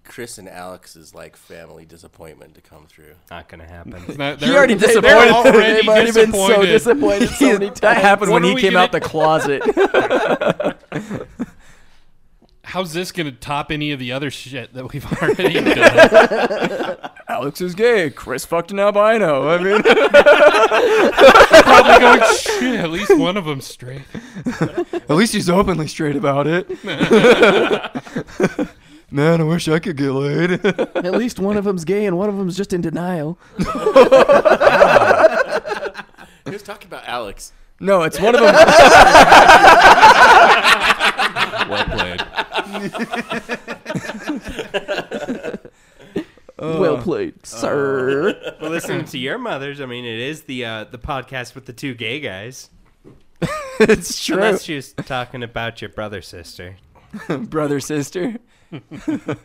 [SPEAKER 9] Chris and Alex's like family disappointment to come through.
[SPEAKER 5] Not gonna happen.
[SPEAKER 6] he already disappointed.
[SPEAKER 9] They've
[SPEAKER 6] They've already been so disappointed so many times. That happened
[SPEAKER 8] What
[SPEAKER 6] when
[SPEAKER 8] are
[SPEAKER 6] he
[SPEAKER 8] we
[SPEAKER 6] came
[SPEAKER 8] gonna-
[SPEAKER 6] out the closet.
[SPEAKER 8] How's this gonna top any of the other shit that we've already done?
[SPEAKER 6] Alex is gay. Chris fucked an albino. I mean,
[SPEAKER 8] Probably going shit. At least one of them's straight.
[SPEAKER 6] at least he's openly straight about it. Man, I wish I could get laid.
[SPEAKER 10] At least one of them's gay and one of them's just in denial.
[SPEAKER 9] He was talking about Alex.
[SPEAKER 6] Ah. no, it's one of them.
[SPEAKER 9] Well played.
[SPEAKER 10] well played, sir.
[SPEAKER 5] well, listening to your mother's, I mean, it is the uh, the podcast with the two gay guys.
[SPEAKER 6] it's true.
[SPEAKER 5] Unless she was talking about your brother sister.
[SPEAKER 6] brother sister. I'm
[SPEAKER 7] thought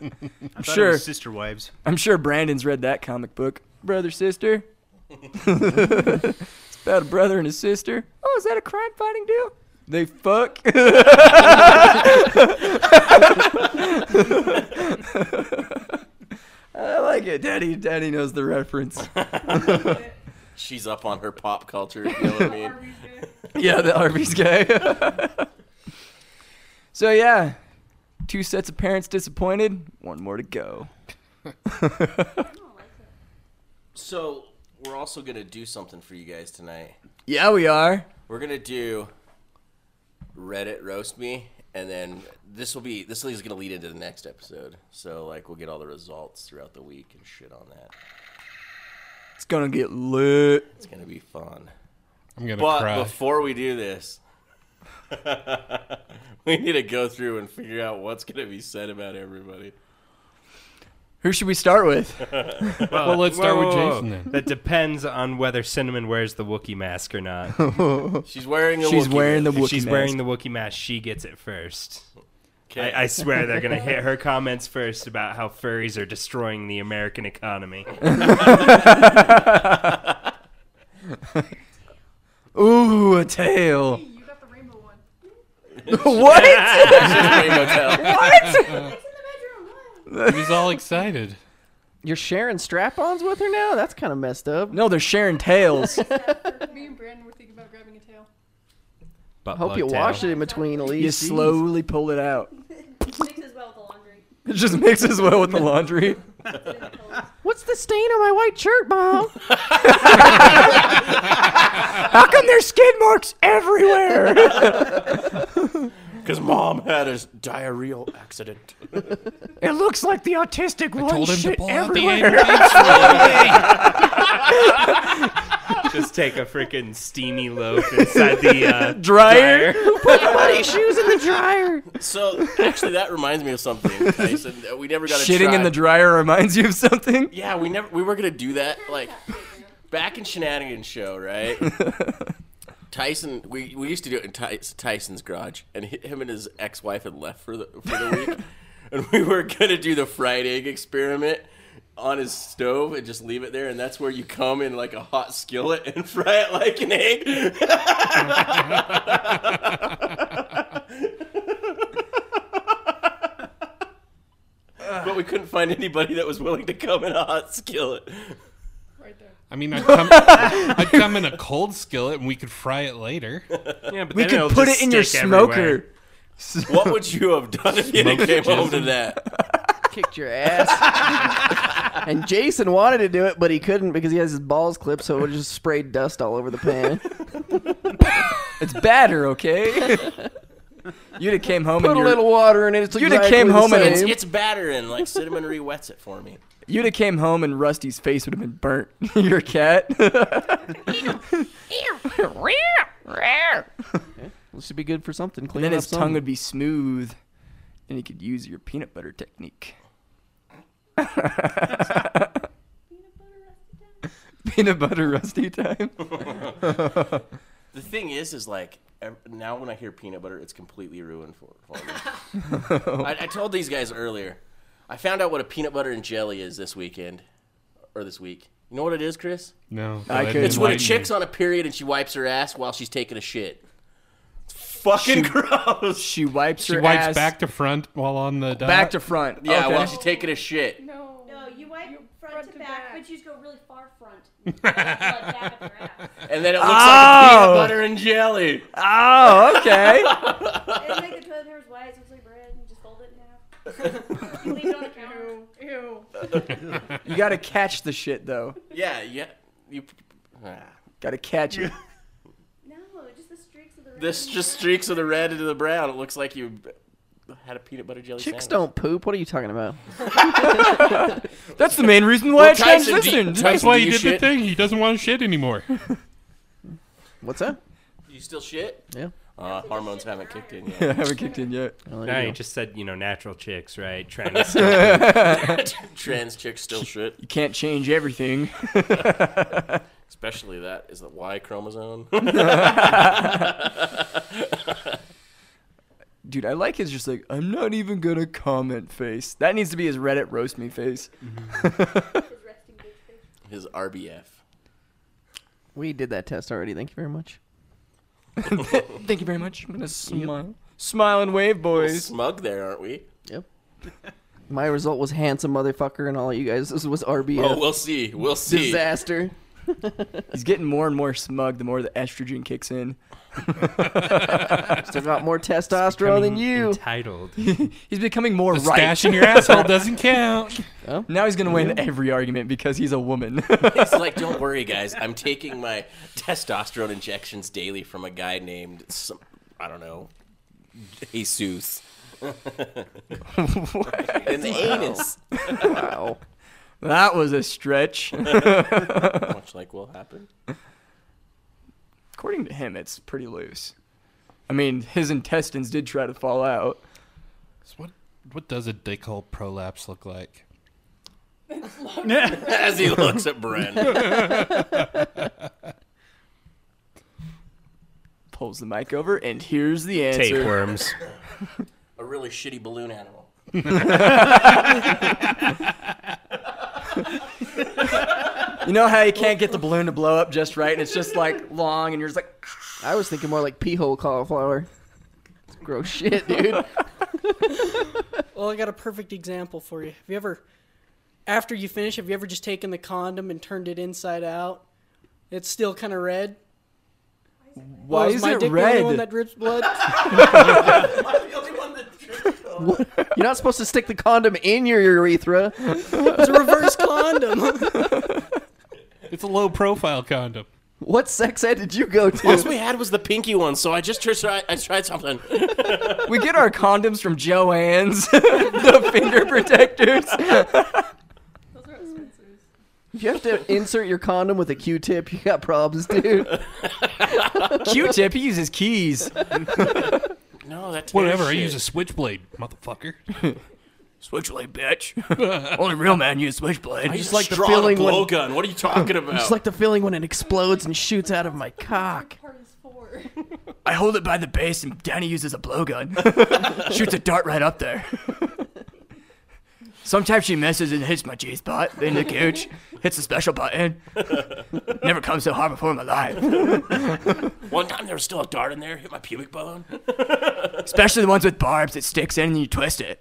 [SPEAKER 7] it
[SPEAKER 6] sure
[SPEAKER 7] was sister wives.
[SPEAKER 6] I'm sure Brandon's read that comic book. Brother sister. it's about a brother and a sister. Oh, is that a crime fighting deal? They fuck. I like it. Daddy Daddy knows the reference.
[SPEAKER 9] She's up on her pop culture. You know what I mean?
[SPEAKER 6] yeah, the Arby's guy. so yeah. Two sets of parents disappointed, one more to go.
[SPEAKER 9] So we're also gonna do something for you guys tonight.
[SPEAKER 6] Yeah, we are.
[SPEAKER 9] We're gonna do Reddit roast me, and then this will be this is gonna lead into the next episode. So like we'll get all the results throughout the week and shit on that.
[SPEAKER 6] It's gonna get lit.
[SPEAKER 9] It's gonna be fun.
[SPEAKER 8] I'm gonna
[SPEAKER 9] but
[SPEAKER 8] cry.
[SPEAKER 9] before we do this, we need to go through and figure out what's gonna be said about everybody.
[SPEAKER 6] Who should we start with?
[SPEAKER 8] Well, let's start with Jason then.
[SPEAKER 5] That depends on whether Cinnamon wears the Wookiee mask or not.
[SPEAKER 9] She's wearing a
[SPEAKER 6] She's
[SPEAKER 9] Wookiee
[SPEAKER 6] wearing the
[SPEAKER 9] mask.
[SPEAKER 5] If
[SPEAKER 6] Wookiee
[SPEAKER 5] she's
[SPEAKER 6] mask.
[SPEAKER 5] wearing the Wookiee mask, she gets it first.
[SPEAKER 9] 'Kay.
[SPEAKER 5] I, I swear they're going to hit her comments first about how furries are destroying the American economy.
[SPEAKER 6] Ooh, a tail. what?
[SPEAKER 10] what?
[SPEAKER 8] He was all excited.
[SPEAKER 10] You're sharing strap-ons with her now? That's kind of messed up.
[SPEAKER 6] No, they're sharing tails.
[SPEAKER 12] Me and Brandon were thinking about grabbing a tail.
[SPEAKER 10] Hope you wash it in between at least.
[SPEAKER 6] you
[SPEAKER 10] Jeez.
[SPEAKER 6] slowly pull it out.
[SPEAKER 11] Mix as well with the laundry.
[SPEAKER 6] It just mixes well with the laundry.
[SPEAKER 10] What's the stain on my white shirt, Mom?
[SPEAKER 6] How come there's skid marks everywhere?
[SPEAKER 9] Because mom had a s- diarrheal accident.
[SPEAKER 6] it looks like the autistic one
[SPEAKER 8] told him to
[SPEAKER 6] shit
[SPEAKER 8] pull out the
[SPEAKER 6] everywhere.
[SPEAKER 5] Just take a freaking steamy loaf inside the uh,
[SPEAKER 6] Dryer?
[SPEAKER 5] dryer.
[SPEAKER 10] Put your muddy shoes in the dryer.
[SPEAKER 9] So actually, that reminds me of something, Tyson. that We never got to
[SPEAKER 6] Shitting in the dryer reminds you of something.
[SPEAKER 9] Yeah, we never we were gonna do that like back in Shenanigans show, right? Tyson, we, we used to do it in Ty- Tyson's garage, and hi- him and his ex wife had left for the for the week, and we were gonna do the fried egg experiment on his stove and just leave it there, and that's where you come in like a hot skillet and fry it like an egg. but we couldn't find anybody that was willing to come in a hot skillet.
[SPEAKER 8] I mean, I'd come, I'd come in a cold skillet and we could fry it later.
[SPEAKER 5] Yeah, but
[SPEAKER 6] We
[SPEAKER 5] then
[SPEAKER 6] could
[SPEAKER 5] it'll
[SPEAKER 6] put
[SPEAKER 5] just
[SPEAKER 6] it in your
[SPEAKER 5] stick
[SPEAKER 6] smoker.
[SPEAKER 5] everywhere.
[SPEAKER 9] What would you have done if you
[SPEAKER 8] Smoked
[SPEAKER 9] came home to
[SPEAKER 8] jism.
[SPEAKER 9] that?
[SPEAKER 10] Kicked your ass. and Jason wanted to do it, but he couldn't because he has his balls clipped, so it would just spray dust all over the pan.
[SPEAKER 6] It's batter, okay? You'd have came home
[SPEAKER 10] Put
[SPEAKER 6] and
[SPEAKER 10] a
[SPEAKER 6] you're-
[SPEAKER 10] little water in it. It's
[SPEAKER 6] You'd have
[SPEAKER 10] exactly
[SPEAKER 6] came
[SPEAKER 10] the
[SPEAKER 6] home and
[SPEAKER 9] It's,
[SPEAKER 6] it's,
[SPEAKER 9] it's batter and like cinnamon re-wets it for me.
[SPEAKER 6] you'd have came home and Rusty's face would have been burnt. Your cat.
[SPEAKER 10] This should be good for something.
[SPEAKER 6] And
[SPEAKER 10] Clean
[SPEAKER 6] then his
[SPEAKER 10] up
[SPEAKER 6] tongue would be smooth, and he could use your peanut butter technique. peanut butter rusty time.
[SPEAKER 9] the thing is, is like ev- now when I hear peanut butter, it's completely ruined for, for me. I, I told these guys earlier. I found out what a peanut butter and jelly is this weekend, or this week. You know what it is, Chris?
[SPEAKER 8] No,
[SPEAKER 6] I
[SPEAKER 8] but
[SPEAKER 6] could-
[SPEAKER 9] It's when a
[SPEAKER 8] enlighten
[SPEAKER 9] chick's on a period and she wipes her ass while she's taking a shit. It's fucking gross.
[SPEAKER 6] She wipes
[SPEAKER 8] She wipes back to front while on the dot.
[SPEAKER 6] Back to front.
[SPEAKER 9] Yeah,
[SPEAKER 6] okay.
[SPEAKER 9] Uh, while she's taking a shit.
[SPEAKER 12] No.
[SPEAKER 11] No, you wipe front, to back, but you just go really far front.
[SPEAKER 9] And then it looks like
[SPEAKER 6] Oh.
[SPEAKER 9] peanut butter and jelly.
[SPEAKER 6] Oh, okay.
[SPEAKER 11] and make the toilet paper white, so it's like bread, and just fold it in half. you leave it on the counter.
[SPEAKER 12] Ew.
[SPEAKER 6] you gotta catch the shit though.
[SPEAKER 9] Yeah, yeah. You, ah.
[SPEAKER 6] Gotta catch it.
[SPEAKER 11] No, just the streaks of the red.
[SPEAKER 9] This just streaks of the red into the brown. It looks like you had a peanut butter jelly
[SPEAKER 10] Chicks
[SPEAKER 9] sandwich.
[SPEAKER 10] don't poop. What are you talking about?
[SPEAKER 6] That's the main reason why
[SPEAKER 9] Well,
[SPEAKER 6] I
[SPEAKER 9] Tyson, do you-
[SPEAKER 6] transitioned.
[SPEAKER 8] That's
[SPEAKER 9] Tyson,
[SPEAKER 8] why
[SPEAKER 9] do
[SPEAKER 8] he
[SPEAKER 9] you
[SPEAKER 8] did
[SPEAKER 9] shit?
[SPEAKER 8] the thing. He doesn't want to shit anymore.
[SPEAKER 10] What's that?
[SPEAKER 9] You still shit?
[SPEAKER 10] Yeah.
[SPEAKER 9] Uh, hormones haven't kicked in
[SPEAKER 6] I
[SPEAKER 9] yet.
[SPEAKER 6] haven't kicked in yet.
[SPEAKER 5] No, you just said you know natural chicks, right? Trans.
[SPEAKER 9] Trans chicks still shit.
[SPEAKER 6] You can't change everything.
[SPEAKER 9] Especially that is the Y chromosome.
[SPEAKER 6] Dude, I like his just like, I'm not even gonna comment face. That needs to be his Reddit roast me face.
[SPEAKER 9] His RBF.
[SPEAKER 10] We did that test already. Thank you very much.
[SPEAKER 6] Thank you very much. I'm gonna smile. Smile and wave, boys.
[SPEAKER 9] Smug there, aren't we?
[SPEAKER 10] Yep. My result was handsome motherfucker, and all you guys this was RBF.
[SPEAKER 9] Oh, we'll see. We'll see.
[SPEAKER 10] Disaster.
[SPEAKER 6] He's getting more and more smug the more the estrogen kicks in.
[SPEAKER 10] Still got more testosterone than you.
[SPEAKER 5] Titled.
[SPEAKER 6] He's becoming more
[SPEAKER 8] The
[SPEAKER 6] right.
[SPEAKER 8] stash in your asshole doesn't count.
[SPEAKER 6] now he's gonna win every argument because he's a woman.
[SPEAKER 9] It's like, don't worry, guys. I'm taking my testosterone injections daily from a guy named, some, I don't know, Jesus. An anus.
[SPEAKER 10] wow.
[SPEAKER 6] that was a stretch.
[SPEAKER 9] Much like will happen.
[SPEAKER 6] According to him, it's pretty loose. I mean, his intestines did try to fall out.
[SPEAKER 8] So what what does a dick hole prolapse look like?
[SPEAKER 9] As he looks at Bren.
[SPEAKER 6] Pulls the mic over, and here's the answer.
[SPEAKER 5] Tapeworms.
[SPEAKER 9] A really shitty balloon animal.
[SPEAKER 6] You know how you can't get the balloon to blow up just right, and it's just like long, and you're just like,
[SPEAKER 10] I was thinking more like pee hole cauliflower. It's gross shit, dude.
[SPEAKER 14] Well, I got a perfect example for you. Have you ever, after you finish, have you ever just taken the condom and turned it inside out? It's still kind of red.
[SPEAKER 6] why
[SPEAKER 14] Oh,
[SPEAKER 6] is
[SPEAKER 14] my
[SPEAKER 6] it
[SPEAKER 14] dick the only
[SPEAKER 6] red?
[SPEAKER 14] one that drips blood?
[SPEAKER 10] You're not supposed to stick the condom in your urethra.
[SPEAKER 14] it's a reverse condom.
[SPEAKER 8] It's a low profile condom.
[SPEAKER 10] What sex ed did you go
[SPEAKER 9] All
[SPEAKER 10] to?
[SPEAKER 9] we had was the pinky one, so I just tried, I tried something.
[SPEAKER 6] we get our condoms from Joann's, the finger protectors.
[SPEAKER 12] Those are expensive.
[SPEAKER 10] If you have to insert your condom with a Q-tip, you got problems, dude.
[SPEAKER 6] Q-tip, he uses keys.
[SPEAKER 9] No, that's
[SPEAKER 8] Whatever. I use a switchblade, motherfucker.
[SPEAKER 9] switchblade, bitch.
[SPEAKER 6] Only real man use switchblade.
[SPEAKER 9] I just
[SPEAKER 10] like
[SPEAKER 9] like
[SPEAKER 10] the
[SPEAKER 9] the
[SPEAKER 10] feeling when-
[SPEAKER 9] blowgun. What are you talking
[SPEAKER 10] It's
[SPEAKER 9] about?
[SPEAKER 10] like the feeling when it explodes and shoots out of my cock.
[SPEAKER 12] Part is four.
[SPEAKER 6] I hold it by the base, and Danny uses a blowgun. Shoots a dart right up there. Sometimes she misses and hits my G spot in the gooch, hits the special button. Never come so hard before in my life,
[SPEAKER 9] One time there was still a dart in there, hit my pubic bone.
[SPEAKER 6] especially the ones with barbs that sticks in and you twist it.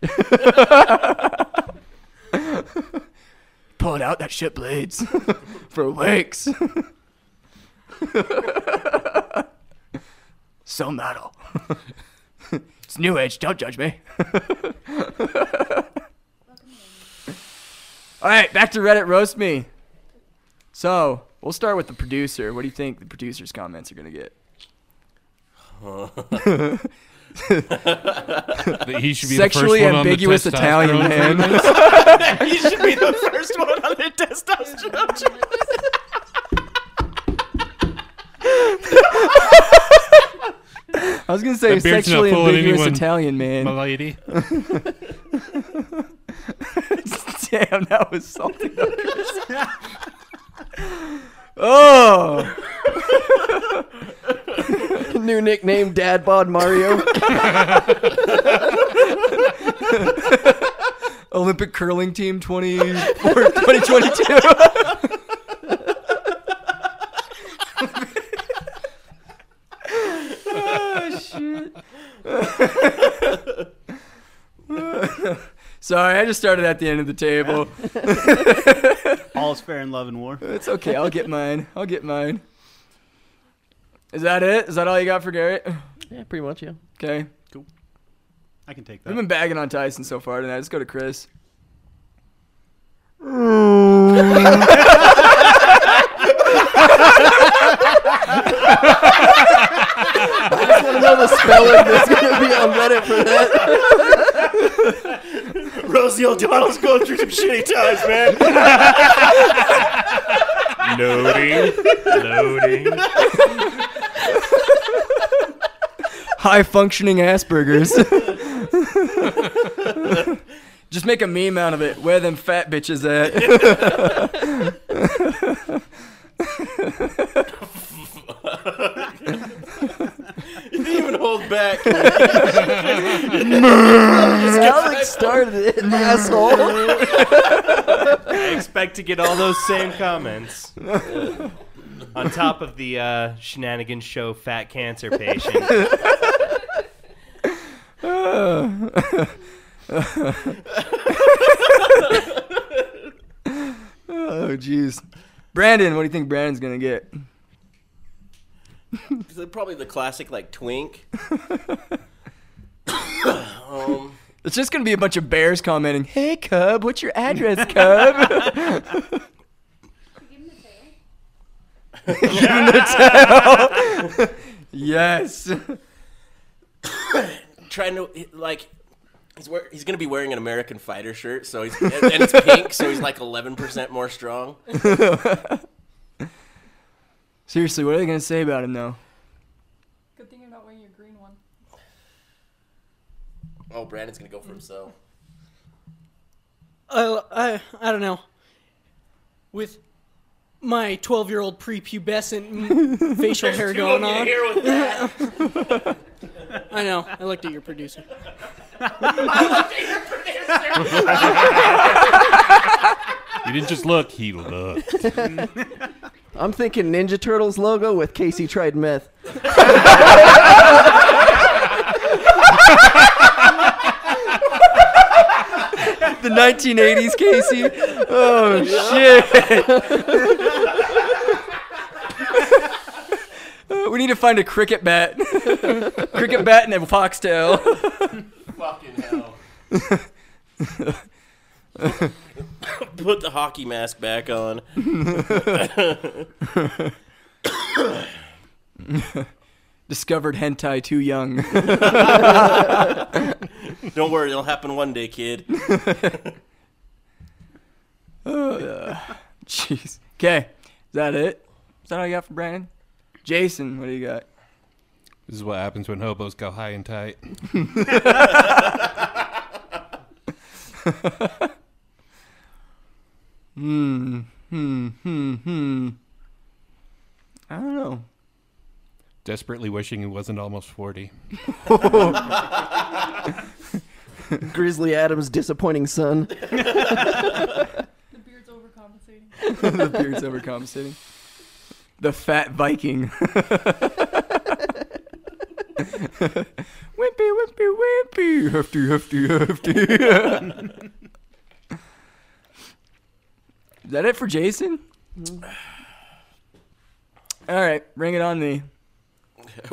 [SPEAKER 6] Pull it out, that shit bleeds for weeks. so metal. it's new age. Don't judge me. All right, back to Reddit roast me. So we'll start with the producer. What do you think the producer's comments are gonna get?
[SPEAKER 8] That he should be
[SPEAKER 6] Sexually
[SPEAKER 8] the first one
[SPEAKER 6] ambiguous
[SPEAKER 8] on the
[SPEAKER 6] Italian
[SPEAKER 8] testosterone
[SPEAKER 6] man.
[SPEAKER 8] treatments?
[SPEAKER 13] he should be the first one on the testosterone.
[SPEAKER 6] I was gonna say
[SPEAKER 8] That beard's not
[SPEAKER 6] sexually
[SPEAKER 8] fooling
[SPEAKER 6] ambiguous
[SPEAKER 8] anyone,
[SPEAKER 6] Italian man.
[SPEAKER 8] my lady.
[SPEAKER 6] Damn, that was something. oh.
[SPEAKER 10] New nickname, Dad Bod Mario.
[SPEAKER 6] Olympic curling team 24, 2022.
[SPEAKER 13] oh shit.
[SPEAKER 6] Sorry, I just started at the end of the table.
[SPEAKER 7] All's fair in love and war.
[SPEAKER 6] It's okay. I'll get mine. I'll get mine. Is that it? Is that all you got for Garrett?
[SPEAKER 10] Yeah, pretty much, yeah.
[SPEAKER 6] Okay.
[SPEAKER 7] Cool. I can take that.
[SPEAKER 6] We've been bagging on Tyson so far tonight. Let's go to Chris.
[SPEAKER 10] I just want to know the spelling that's going to be on Reddit for that.
[SPEAKER 9] Rosie O'Donnell's going through some shitty times, man.
[SPEAKER 13] Loading.
[SPEAKER 9] Loading.
[SPEAKER 6] High functioning Asperger's. Just make a meme out of it. Where them fat bitches at?
[SPEAKER 9] you didn't even hold back.
[SPEAKER 10] Alex started it, asshole.
[SPEAKER 5] I expect to get all those same comments. On top of the uh, shenanigans show fat cancer patient.
[SPEAKER 6] oh, jeez. Brandon, what do you think Brandon's going to get?
[SPEAKER 9] They're Probably the classic like twink. um,
[SPEAKER 6] It's just going to be a bunch of bears commenting, Hey, Cub, what's your address, Cub? Give him the tail. yes.
[SPEAKER 9] trying to like he's wear, he's gonna be wearing an American fighter shirt, so he's and it's pink, so he's like eleven percent more strong.
[SPEAKER 6] Seriously, what are they going to say about him, though?
[SPEAKER 12] Good thing you're not wearing your green one.
[SPEAKER 9] Oh, Brandon's gonna go for himself.
[SPEAKER 14] I, I, I don't know. With my 12 year old prepubescent m- facial
[SPEAKER 13] There's
[SPEAKER 14] hair
[SPEAKER 13] two of
[SPEAKER 14] going
[SPEAKER 13] you
[SPEAKER 14] on.
[SPEAKER 13] here with that.
[SPEAKER 14] I know. I looked at your producer.
[SPEAKER 8] You didn't just look, he looked.
[SPEAKER 10] I'm thinking Ninja Turtles logo with Casey tried meth.
[SPEAKER 6] the 1980s, Casey. Oh shit. Uh, we need to find a cricket bat, cricket bat, and a foxtail.
[SPEAKER 9] Fucking hell. Put the hockey mask back on.
[SPEAKER 6] Discovered hentai too young.
[SPEAKER 9] Don't worry, it'll happen one day, kid.
[SPEAKER 6] Uh, Jeez. Okay, is that it? Is that all you got for Brandon? Jason, what do you got?
[SPEAKER 8] This is what happens when hobos go high and tight.
[SPEAKER 6] Hmm. Hmm. Hmm. Hmm. I don't know.
[SPEAKER 8] Desperately wishing he wasn't almost 40.
[SPEAKER 10] Grizzly Adams' disappointing son.
[SPEAKER 12] The beard's overcompensating.
[SPEAKER 6] the beard's overcompensating. The fat Viking. wimpy, wimpy, wimpy. Hefty, hefty, hefty. Is that it for Jason? All right, bring it on me.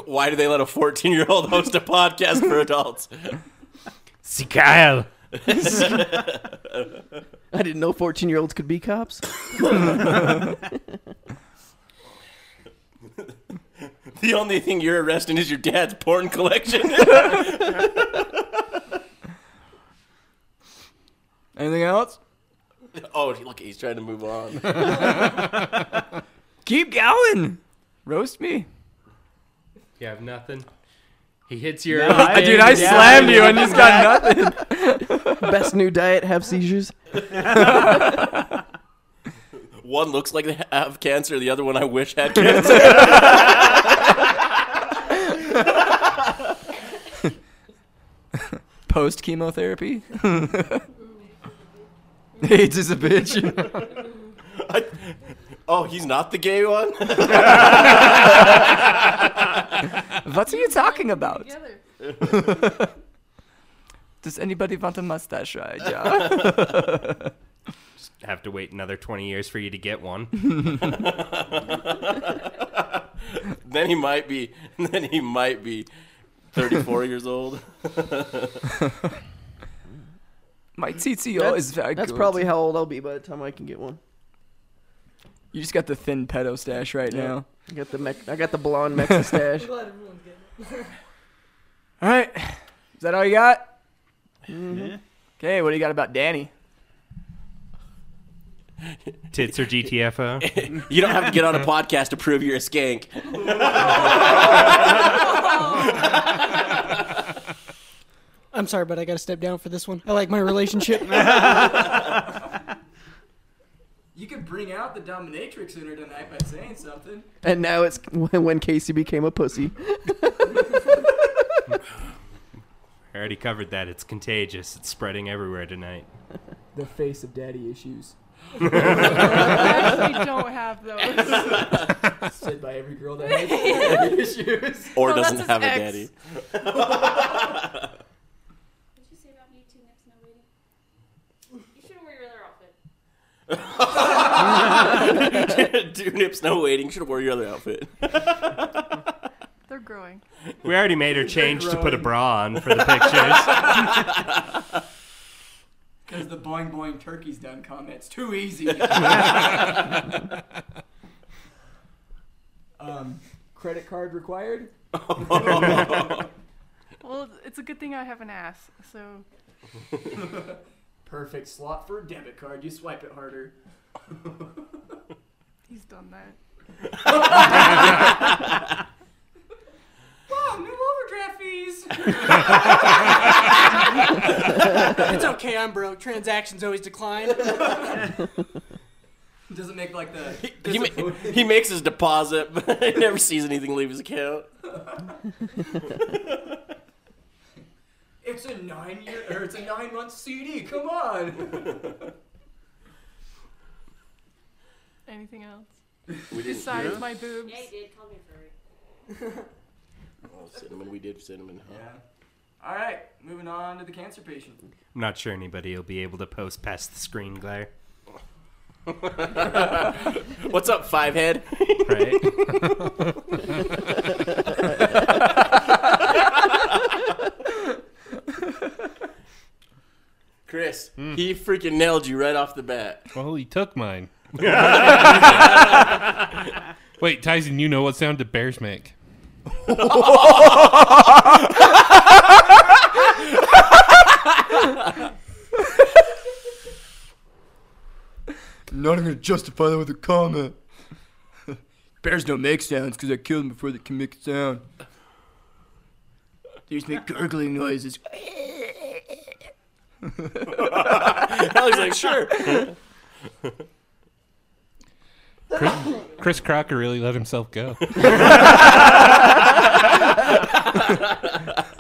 [SPEAKER 9] Why do they let a 14 year old host a podcast for adults?
[SPEAKER 10] See Kyle. I didn't know 14 year olds could be cops.
[SPEAKER 9] The only thing you're arresting is your dad's porn collection.
[SPEAKER 6] Anything else?
[SPEAKER 9] oh, look, he's trying to move on.
[SPEAKER 6] Keep going. Roast me.
[SPEAKER 5] You have nothing. He hits your.
[SPEAKER 6] No, I- Dude, I Yeah, slammed I- you and just got nothing.
[SPEAKER 10] Best new diet: have seizures.
[SPEAKER 9] one looks like they have cancer, the other one I wish had cancer.
[SPEAKER 6] Post chemotherapy. AIDS is a bitch.
[SPEAKER 9] I- oh, he's not the gay one?
[SPEAKER 6] what are you talking about? Does anybody want a mustache ride? Yeah.
[SPEAKER 5] Just have to wait another 20 years for you to get one.
[SPEAKER 9] then he might be. Then he might be 34 years old.
[SPEAKER 6] My TTO
[SPEAKER 10] That's-
[SPEAKER 6] is very
[SPEAKER 10] That's
[SPEAKER 6] good.
[SPEAKER 10] probably how old I'll be by the time I can get one.
[SPEAKER 6] You just got the thin pedo stash right
[SPEAKER 10] Yeah.
[SPEAKER 6] now.
[SPEAKER 10] I got the Mex- I got the blonde Mexican stash.
[SPEAKER 13] glad everyone's getting it.
[SPEAKER 6] All right. Is that all you got?
[SPEAKER 10] Mhm.
[SPEAKER 6] Okay, what do you got about Danny?
[SPEAKER 5] Tits or GTFO?
[SPEAKER 9] you don't have to get on a podcast to prove you're a skank.
[SPEAKER 14] I'm sorry, but I got to step down for this one. I like my relationship.
[SPEAKER 6] You could bring out the dominatrix sooner tonight by saying something.
[SPEAKER 10] And now it's when Casey became a pussy.
[SPEAKER 5] I already covered that. It's contagious. It's spreading everywhere tonight.
[SPEAKER 6] The face of daddy issues.
[SPEAKER 12] actually don't have those.
[SPEAKER 6] Said by every girl that has daddy issues.
[SPEAKER 9] Or
[SPEAKER 12] No, that's
[SPEAKER 9] doesn't
[SPEAKER 12] his
[SPEAKER 9] have
[SPEAKER 12] ex.
[SPEAKER 9] a daddy.
[SPEAKER 11] What'd you say about me too next, nobody? You should wear your other outfit.
[SPEAKER 9] Doonips, no waiting. Should have wore your other outfit.
[SPEAKER 12] They're growing.
[SPEAKER 5] We already made her change to put a bra on for the pictures.
[SPEAKER 6] Because the boing boing turkey's done comments too easy. um, credit card required.
[SPEAKER 12] Well, it's a good thing I have an ass, so.
[SPEAKER 6] Perfect slot for a debit card. You swipe it harder.
[SPEAKER 12] He's done that.
[SPEAKER 13] Mom, new overdraft fees. it's
[SPEAKER 14] okay, I'm broke. Transactions always decline.
[SPEAKER 6] Doesn't make like the.
[SPEAKER 9] he, ma- he makes his deposit, but he never sees anything leave his account.
[SPEAKER 6] It's a nine year or it's a nine month CD. Come on.
[SPEAKER 12] Anything else?
[SPEAKER 9] We didn't
[SPEAKER 12] Besides
[SPEAKER 9] hear?
[SPEAKER 12] my boobs.
[SPEAKER 11] Yeah, you did. Call me a furry.
[SPEAKER 9] Oh, cinnamon, we did cinnamon. Huh?
[SPEAKER 6] All right, moving on to the cancer patient.
[SPEAKER 5] I'm not sure anybody will be able to post past the screen glare.
[SPEAKER 9] What's up, five head?
[SPEAKER 5] Right.
[SPEAKER 9] Chris, he freaking nailed you right off the bat.
[SPEAKER 8] Well, he took mine. Wait, Tyson, you know what sound do bears make?
[SPEAKER 6] I'm not gonna justify that with a comment. Bears don't make sounds because I killed them before they can make a sound. They just make gurgling noises.
[SPEAKER 9] I was like, sure.
[SPEAKER 8] Chris, Chris Crocker really let himself go.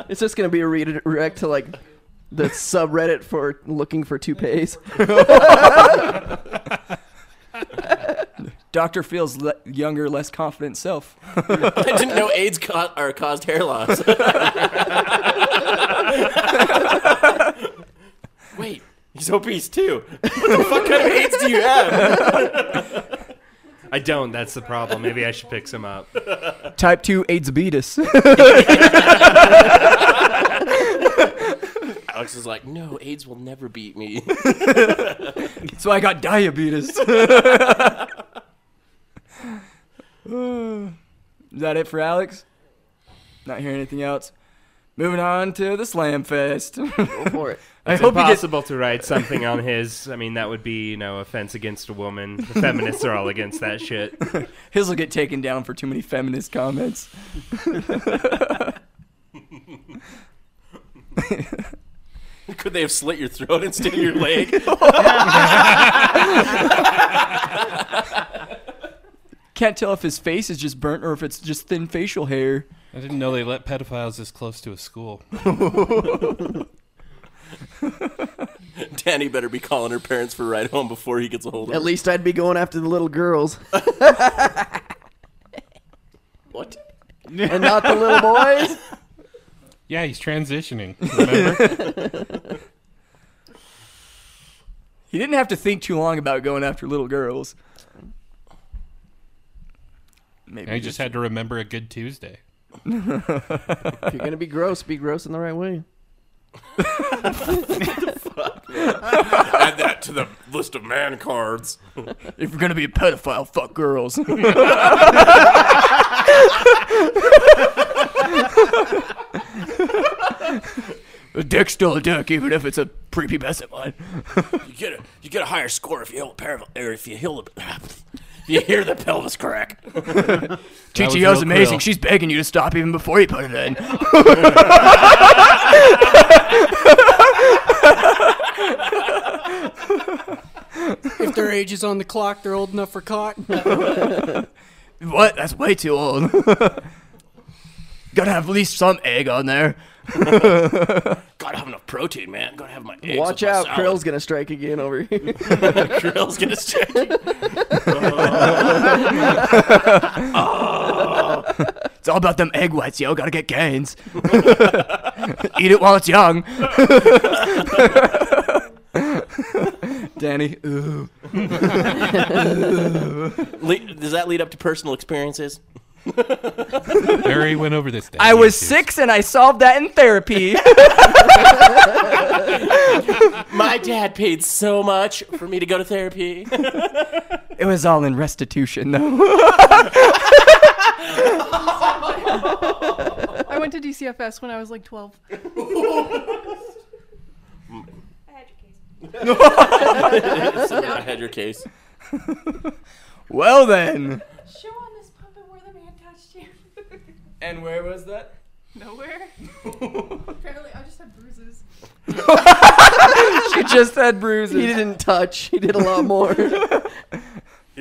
[SPEAKER 10] It's just gonna be a redirect to like the subreddit for looking for toupees.
[SPEAKER 6] Doctor feels le- younger, less confident self.
[SPEAKER 9] I didn't know AIDS ca- or caused hair loss. Wait, he's obese too. What the fuck kind of AIDS do you have?
[SPEAKER 5] I don't. That's the problem. Maybe I should pick some up.
[SPEAKER 6] Type 2 AIDS beatus.
[SPEAKER 9] Alex is like, no, AIDS will never beat me.
[SPEAKER 6] That's why I got diabetes. Uh, Is that it for Alex? Not hearing anything else. Moving on to the Slam Fest. Go for it. I
[SPEAKER 5] It's
[SPEAKER 6] hope you get
[SPEAKER 5] impossible to write something on his. I mean, that would be you know offense against a woman. The feminists are all against that shit.
[SPEAKER 6] his will get taken down for too many feminist comments.
[SPEAKER 9] Could they have slit your throat instead of your leg?
[SPEAKER 6] Can't tell if his face is just burnt or if it's just thin facial hair.
[SPEAKER 8] I didn't know they let pedophiles this close to a school.
[SPEAKER 9] Danny better be calling her parents for a ride home before he gets a hold of her.
[SPEAKER 10] At least I'd be going after the little girls.
[SPEAKER 9] What?
[SPEAKER 10] and not the little boys?
[SPEAKER 8] Yeah, he's transitioning. Remember?
[SPEAKER 6] He didn't have to think too long about going after little girls. Maybe
[SPEAKER 8] I just had to remember a good Tuesday.
[SPEAKER 10] If you're gonna be gross, be gross in the right way.
[SPEAKER 9] Add that to the list of man cards.
[SPEAKER 6] If you're gonna be a pedophile, fuck girls. a dick's still a dick, even if it's a prepubescent one.
[SPEAKER 9] You get a you get a higher score if you heal the pelv- or if you heal the if you hear the pelvis crack.
[SPEAKER 6] TTO's amazing. She's begging you to stop even before you put it in.
[SPEAKER 14] if their age is on the clock, they're old enough for cock.
[SPEAKER 6] what? That's way too old. Gotta have at least some egg on there.
[SPEAKER 9] Gotta have enough protein, man. Gotta have my eggs.
[SPEAKER 10] Watch
[SPEAKER 9] with my
[SPEAKER 10] out,
[SPEAKER 9] salad.
[SPEAKER 10] Krill's gonna strike again over here.
[SPEAKER 9] Krill's gonna strike. Oh.
[SPEAKER 6] It's all about them egg whites, yo. Gotta get gains. Eat it while it's young. Danny, ooh.
[SPEAKER 9] Le- does that lead up to personal experiences?
[SPEAKER 8] Barry went over this.
[SPEAKER 6] I was six and I solved that in therapy.
[SPEAKER 9] My dad paid so much for me to go to therapy.
[SPEAKER 6] it was all in restitution, though.
[SPEAKER 12] I went to DCFS when I was like 12.
[SPEAKER 9] I had your case.
[SPEAKER 6] well, then.
[SPEAKER 12] Show on this puppet where the man touched you.
[SPEAKER 6] And where was that?
[SPEAKER 12] Nowhere. Apparently, I just had bruises.
[SPEAKER 10] she just had bruises. He didn't touch. He did a lot more.
[SPEAKER 9] He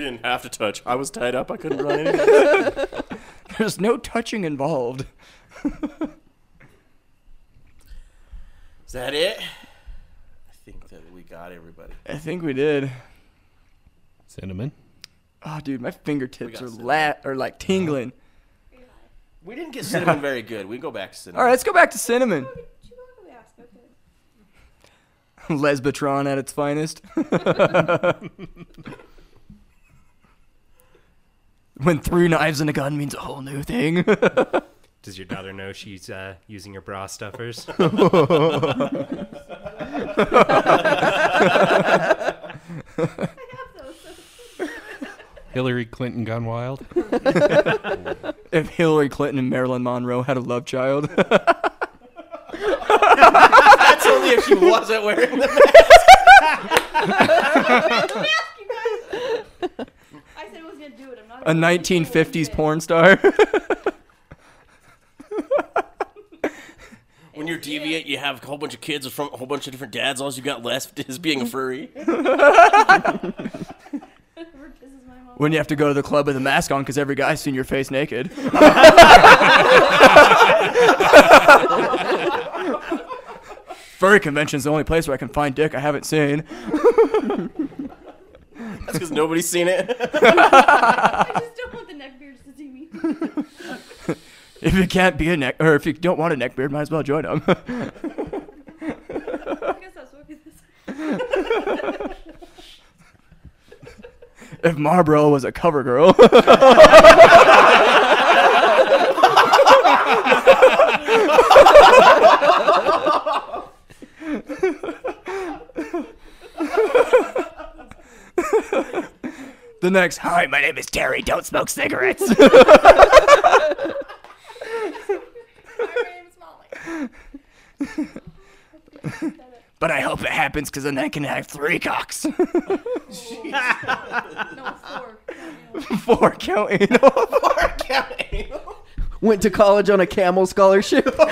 [SPEAKER 9] didn't have to touch. I was tied up. I couldn't run anything.
[SPEAKER 6] There's no touching involved.
[SPEAKER 9] Is that it? I think that we got everybody.
[SPEAKER 6] I think we did.
[SPEAKER 8] Cinnamon.
[SPEAKER 6] Oh, dude, my fingertips are la- are like tingling.
[SPEAKER 9] We didn't get cinnamon very good. We can go back to cinnamon.
[SPEAKER 6] All right, let's go back to cinnamon. Lesbitron at its finest. when three knives and a gun means a whole new thing.
[SPEAKER 5] Does your daughter know she's uh, using your bra stuffers?
[SPEAKER 8] Hillary Clinton gone wild.
[SPEAKER 6] if Hillary Clinton and Marilyn Monroe had a love child.
[SPEAKER 9] That's only if she wasn't wearing the mask.
[SPEAKER 11] I said I was gonna do it. I'm not.
[SPEAKER 6] a 1950s porn star.
[SPEAKER 9] when you're deviant, you have a whole bunch of kids from a whole bunch of different dads. All you got left is being a furry.
[SPEAKER 6] when you have to go to the club with a mask on because every guy's seen your face naked. Furry convention's the only place where I can find dick I haven't seen.
[SPEAKER 9] That's because nobody's seen it.
[SPEAKER 11] I just don't want the neckbeards to see me.
[SPEAKER 6] If you can't be a neck, or if you don't want a neck beard, might as well join them.
[SPEAKER 11] I guess I was working this.
[SPEAKER 6] if Marlboro was a cover girl. the next, hi, my name is Terry, don't smoke cigarettes. happens because then I can have three cocks.
[SPEAKER 10] Four count anal. Four count anal. Went to college on a camel scholarship.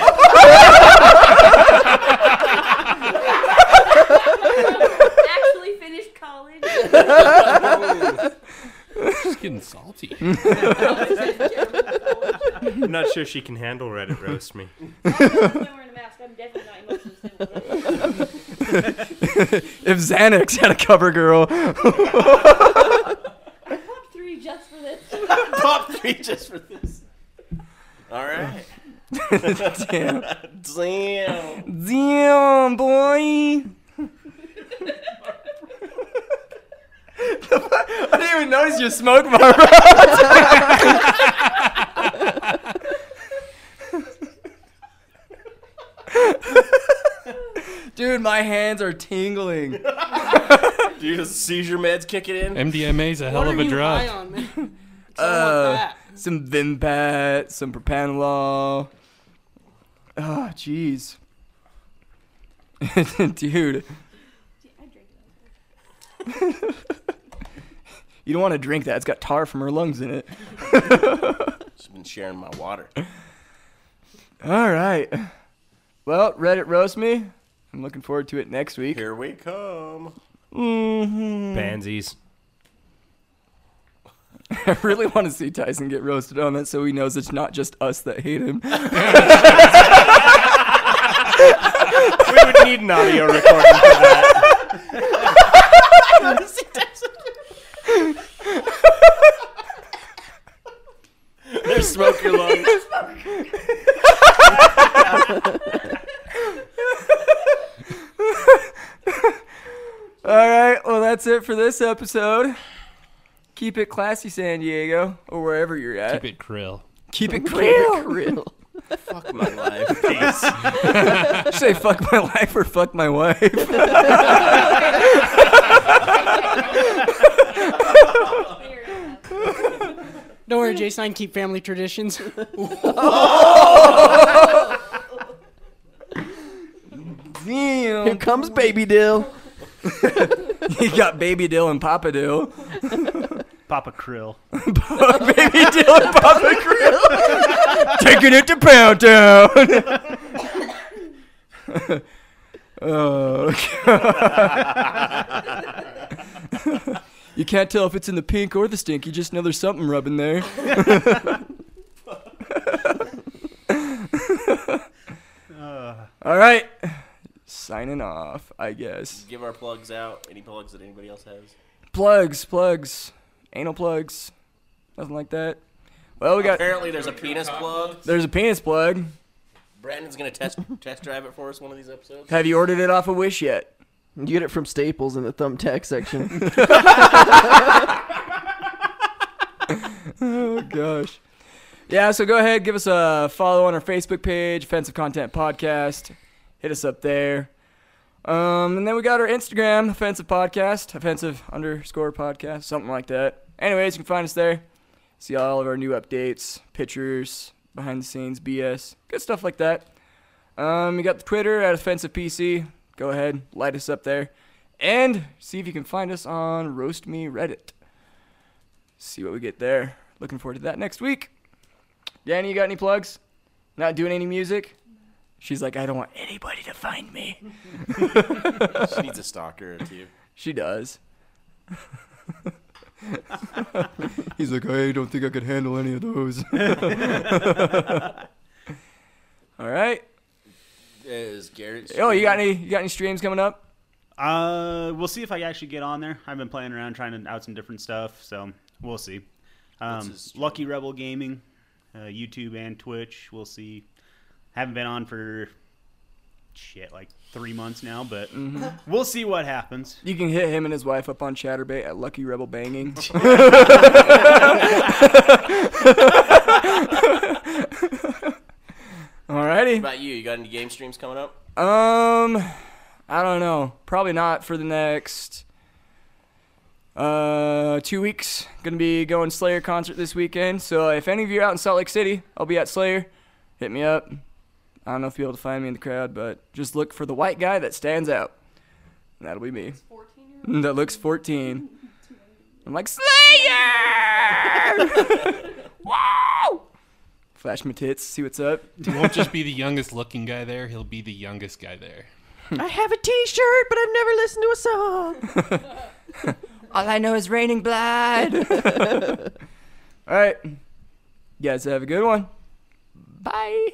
[SPEAKER 11] Actually finished college.
[SPEAKER 8] She's getting salty.
[SPEAKER 5] I'm not sure she can handle Reddit roast me.
[SPEAKER 6] if Xanax had a cover girl.
[SPEAKER 11] I popped three just for this.
[SPEAKER 9] Pop three just for this. All right.
[SPEAKER 6] Damn.
[SPEAKER 9] Damn.
[SPEAKER 6] Damn, boy. I didn't even notice your smoke bar. Dude, my hands are tingling.
[SPEAKER 9] Dude, is seizure meds kicking in?
[SPEAKER 8] MDMA's a hell of a drug.
[SPEAKER 6] Uh, some Vimpat, some propanolol. Ah, jeez. Dude. you don't want to drink that. It's got tar from her lungs in it.
[SPEAKER 9] She's been sharing my water.
[SPEAKER 6] All right. Well, Reddit roast me. I'm looking forward to it next week.
[SPEAKER 9] Here we come.
[SPEAKER 6] hmm
[SPEAKER 5] Pansies.
[SPEAKER 6] I really want to see Tyson get roasted on that so he knows it's not just us that hate him.
[SPEAKER 5] We would need an audio recording for that.
[SPEAKER 9] There's smoke in your lungs.
[SPEAKER 6] All right, well, that's it for this episode. Keep it classy, San Diego, or wherever you're at.
[SPEAKER 8] Keep it krill.
[SPEAKER 6] Keep it
[SPEAKER 10] Keep it
[SPEAKER 11] Oh,
[SPEAKER 6] krill.
[SPEAKER 9] Fuck my life. Peace.
[SPEAKER 6] Say fuck my life or fuck my wife.
[SPEAKER 14] Don't worry, Jason. I can keep family traditions.
[SPEAKER 6] Damn.
[SPEAKER 10] Here comes Baby Dill.
[SPEAKER 6] you got Baby Dill and Papa Dill.
[SPEAKER 7] Papa Krill.
[SPEAKER 6] Baby Dill and Papa Krill. Taking it to Pound Town. oh. God. you can't tell if it's in the pink or the stink. You just know there's something rubbing there. All right. Signing off, I guess.
[SPEAKER 9] Give our plugs out. Any plugs that anybody else has?
[SPEAKER 6] Plugs, plugs, anal plugs, nothing like that. Well, we got
[SPEAKER 9] Apparently, there's a penis plug.
[SPEAKER 6] there's a penis plug.
[SPEAKER 9] Brandon's gonna test test drive it for us one of these episodes.
[SPEAKER 6] Have you ordered it off of Wish yet?
[SPEAKER 10] You get it from Staples in the thumbtack section.
[SPEAKER 6] oh gosh. Yeah, so go ahead, give us a follow on our Facebook page, Offensive Content Podcast. Hit us up there. Um, and then we got our Instagram, Offensive Podcast, Offensive underscore podcast, something like that. Anyways, you can find us there. See all of our new updates, pictures, behind the scenes, BS, good stuff like that. Um, you got the Twitter at Offensive PC. Go ahead, light us up there. And see if you can find us on Roast Me Reddit see what we get there. Looking forward to that next week. Danny, you got any plugs? Not doing any music? She's like, I don't want anybody to find me.
[SPEAKER 9] she needs a stalker or two.
[SPEAKER 6] She does. He's like, I don't think I could handle any of those. All right.
[SPEAKER 9] Is Garrett?
[SPEAKER 6] Oh, you got any? You got any streams coming up?
[SPEAKER 7] Uh, we'll see if I actually get on there. I've been playing around trying to out some different stuff, so we'll see. Um, Lucky Rebel Gaming, uh, YouTube and Twitch. We'll see. Haven't been on for shit like three months now, but we'll see what happens.
[SPEAKER 6] You can hit him and his wife up on Chatterbait at Lucky Rebel Banging.
[SPEAKER 9] What
[SPEAKER 6] Alrighty.
[SPEAKER 9] about you? You got any game streams coming up?
[SPEAKER 6] Um, I don't know. Probably not for the next uh two weeks. Gonna be going Slayer concert this weekend. So if any of you are out in Salt Lake City, I'll be at Slayer. Hit me up. I don't know if you'll be able to find me in the crowd, but just look for the white guy that stands out. That'll be me. That looks 14. I'm like, Slayer! wow! Flash my tits, see what's up.
[SPEAKER 8] He won't just be the youngest looking guy there, he'll be the youngest guy there.
[SPEAKER 11] I have a T-shirt, but I've never listened to a song.
[SPEAKER 6] All I know is raining blood. All right. You guys have a good one. Bye.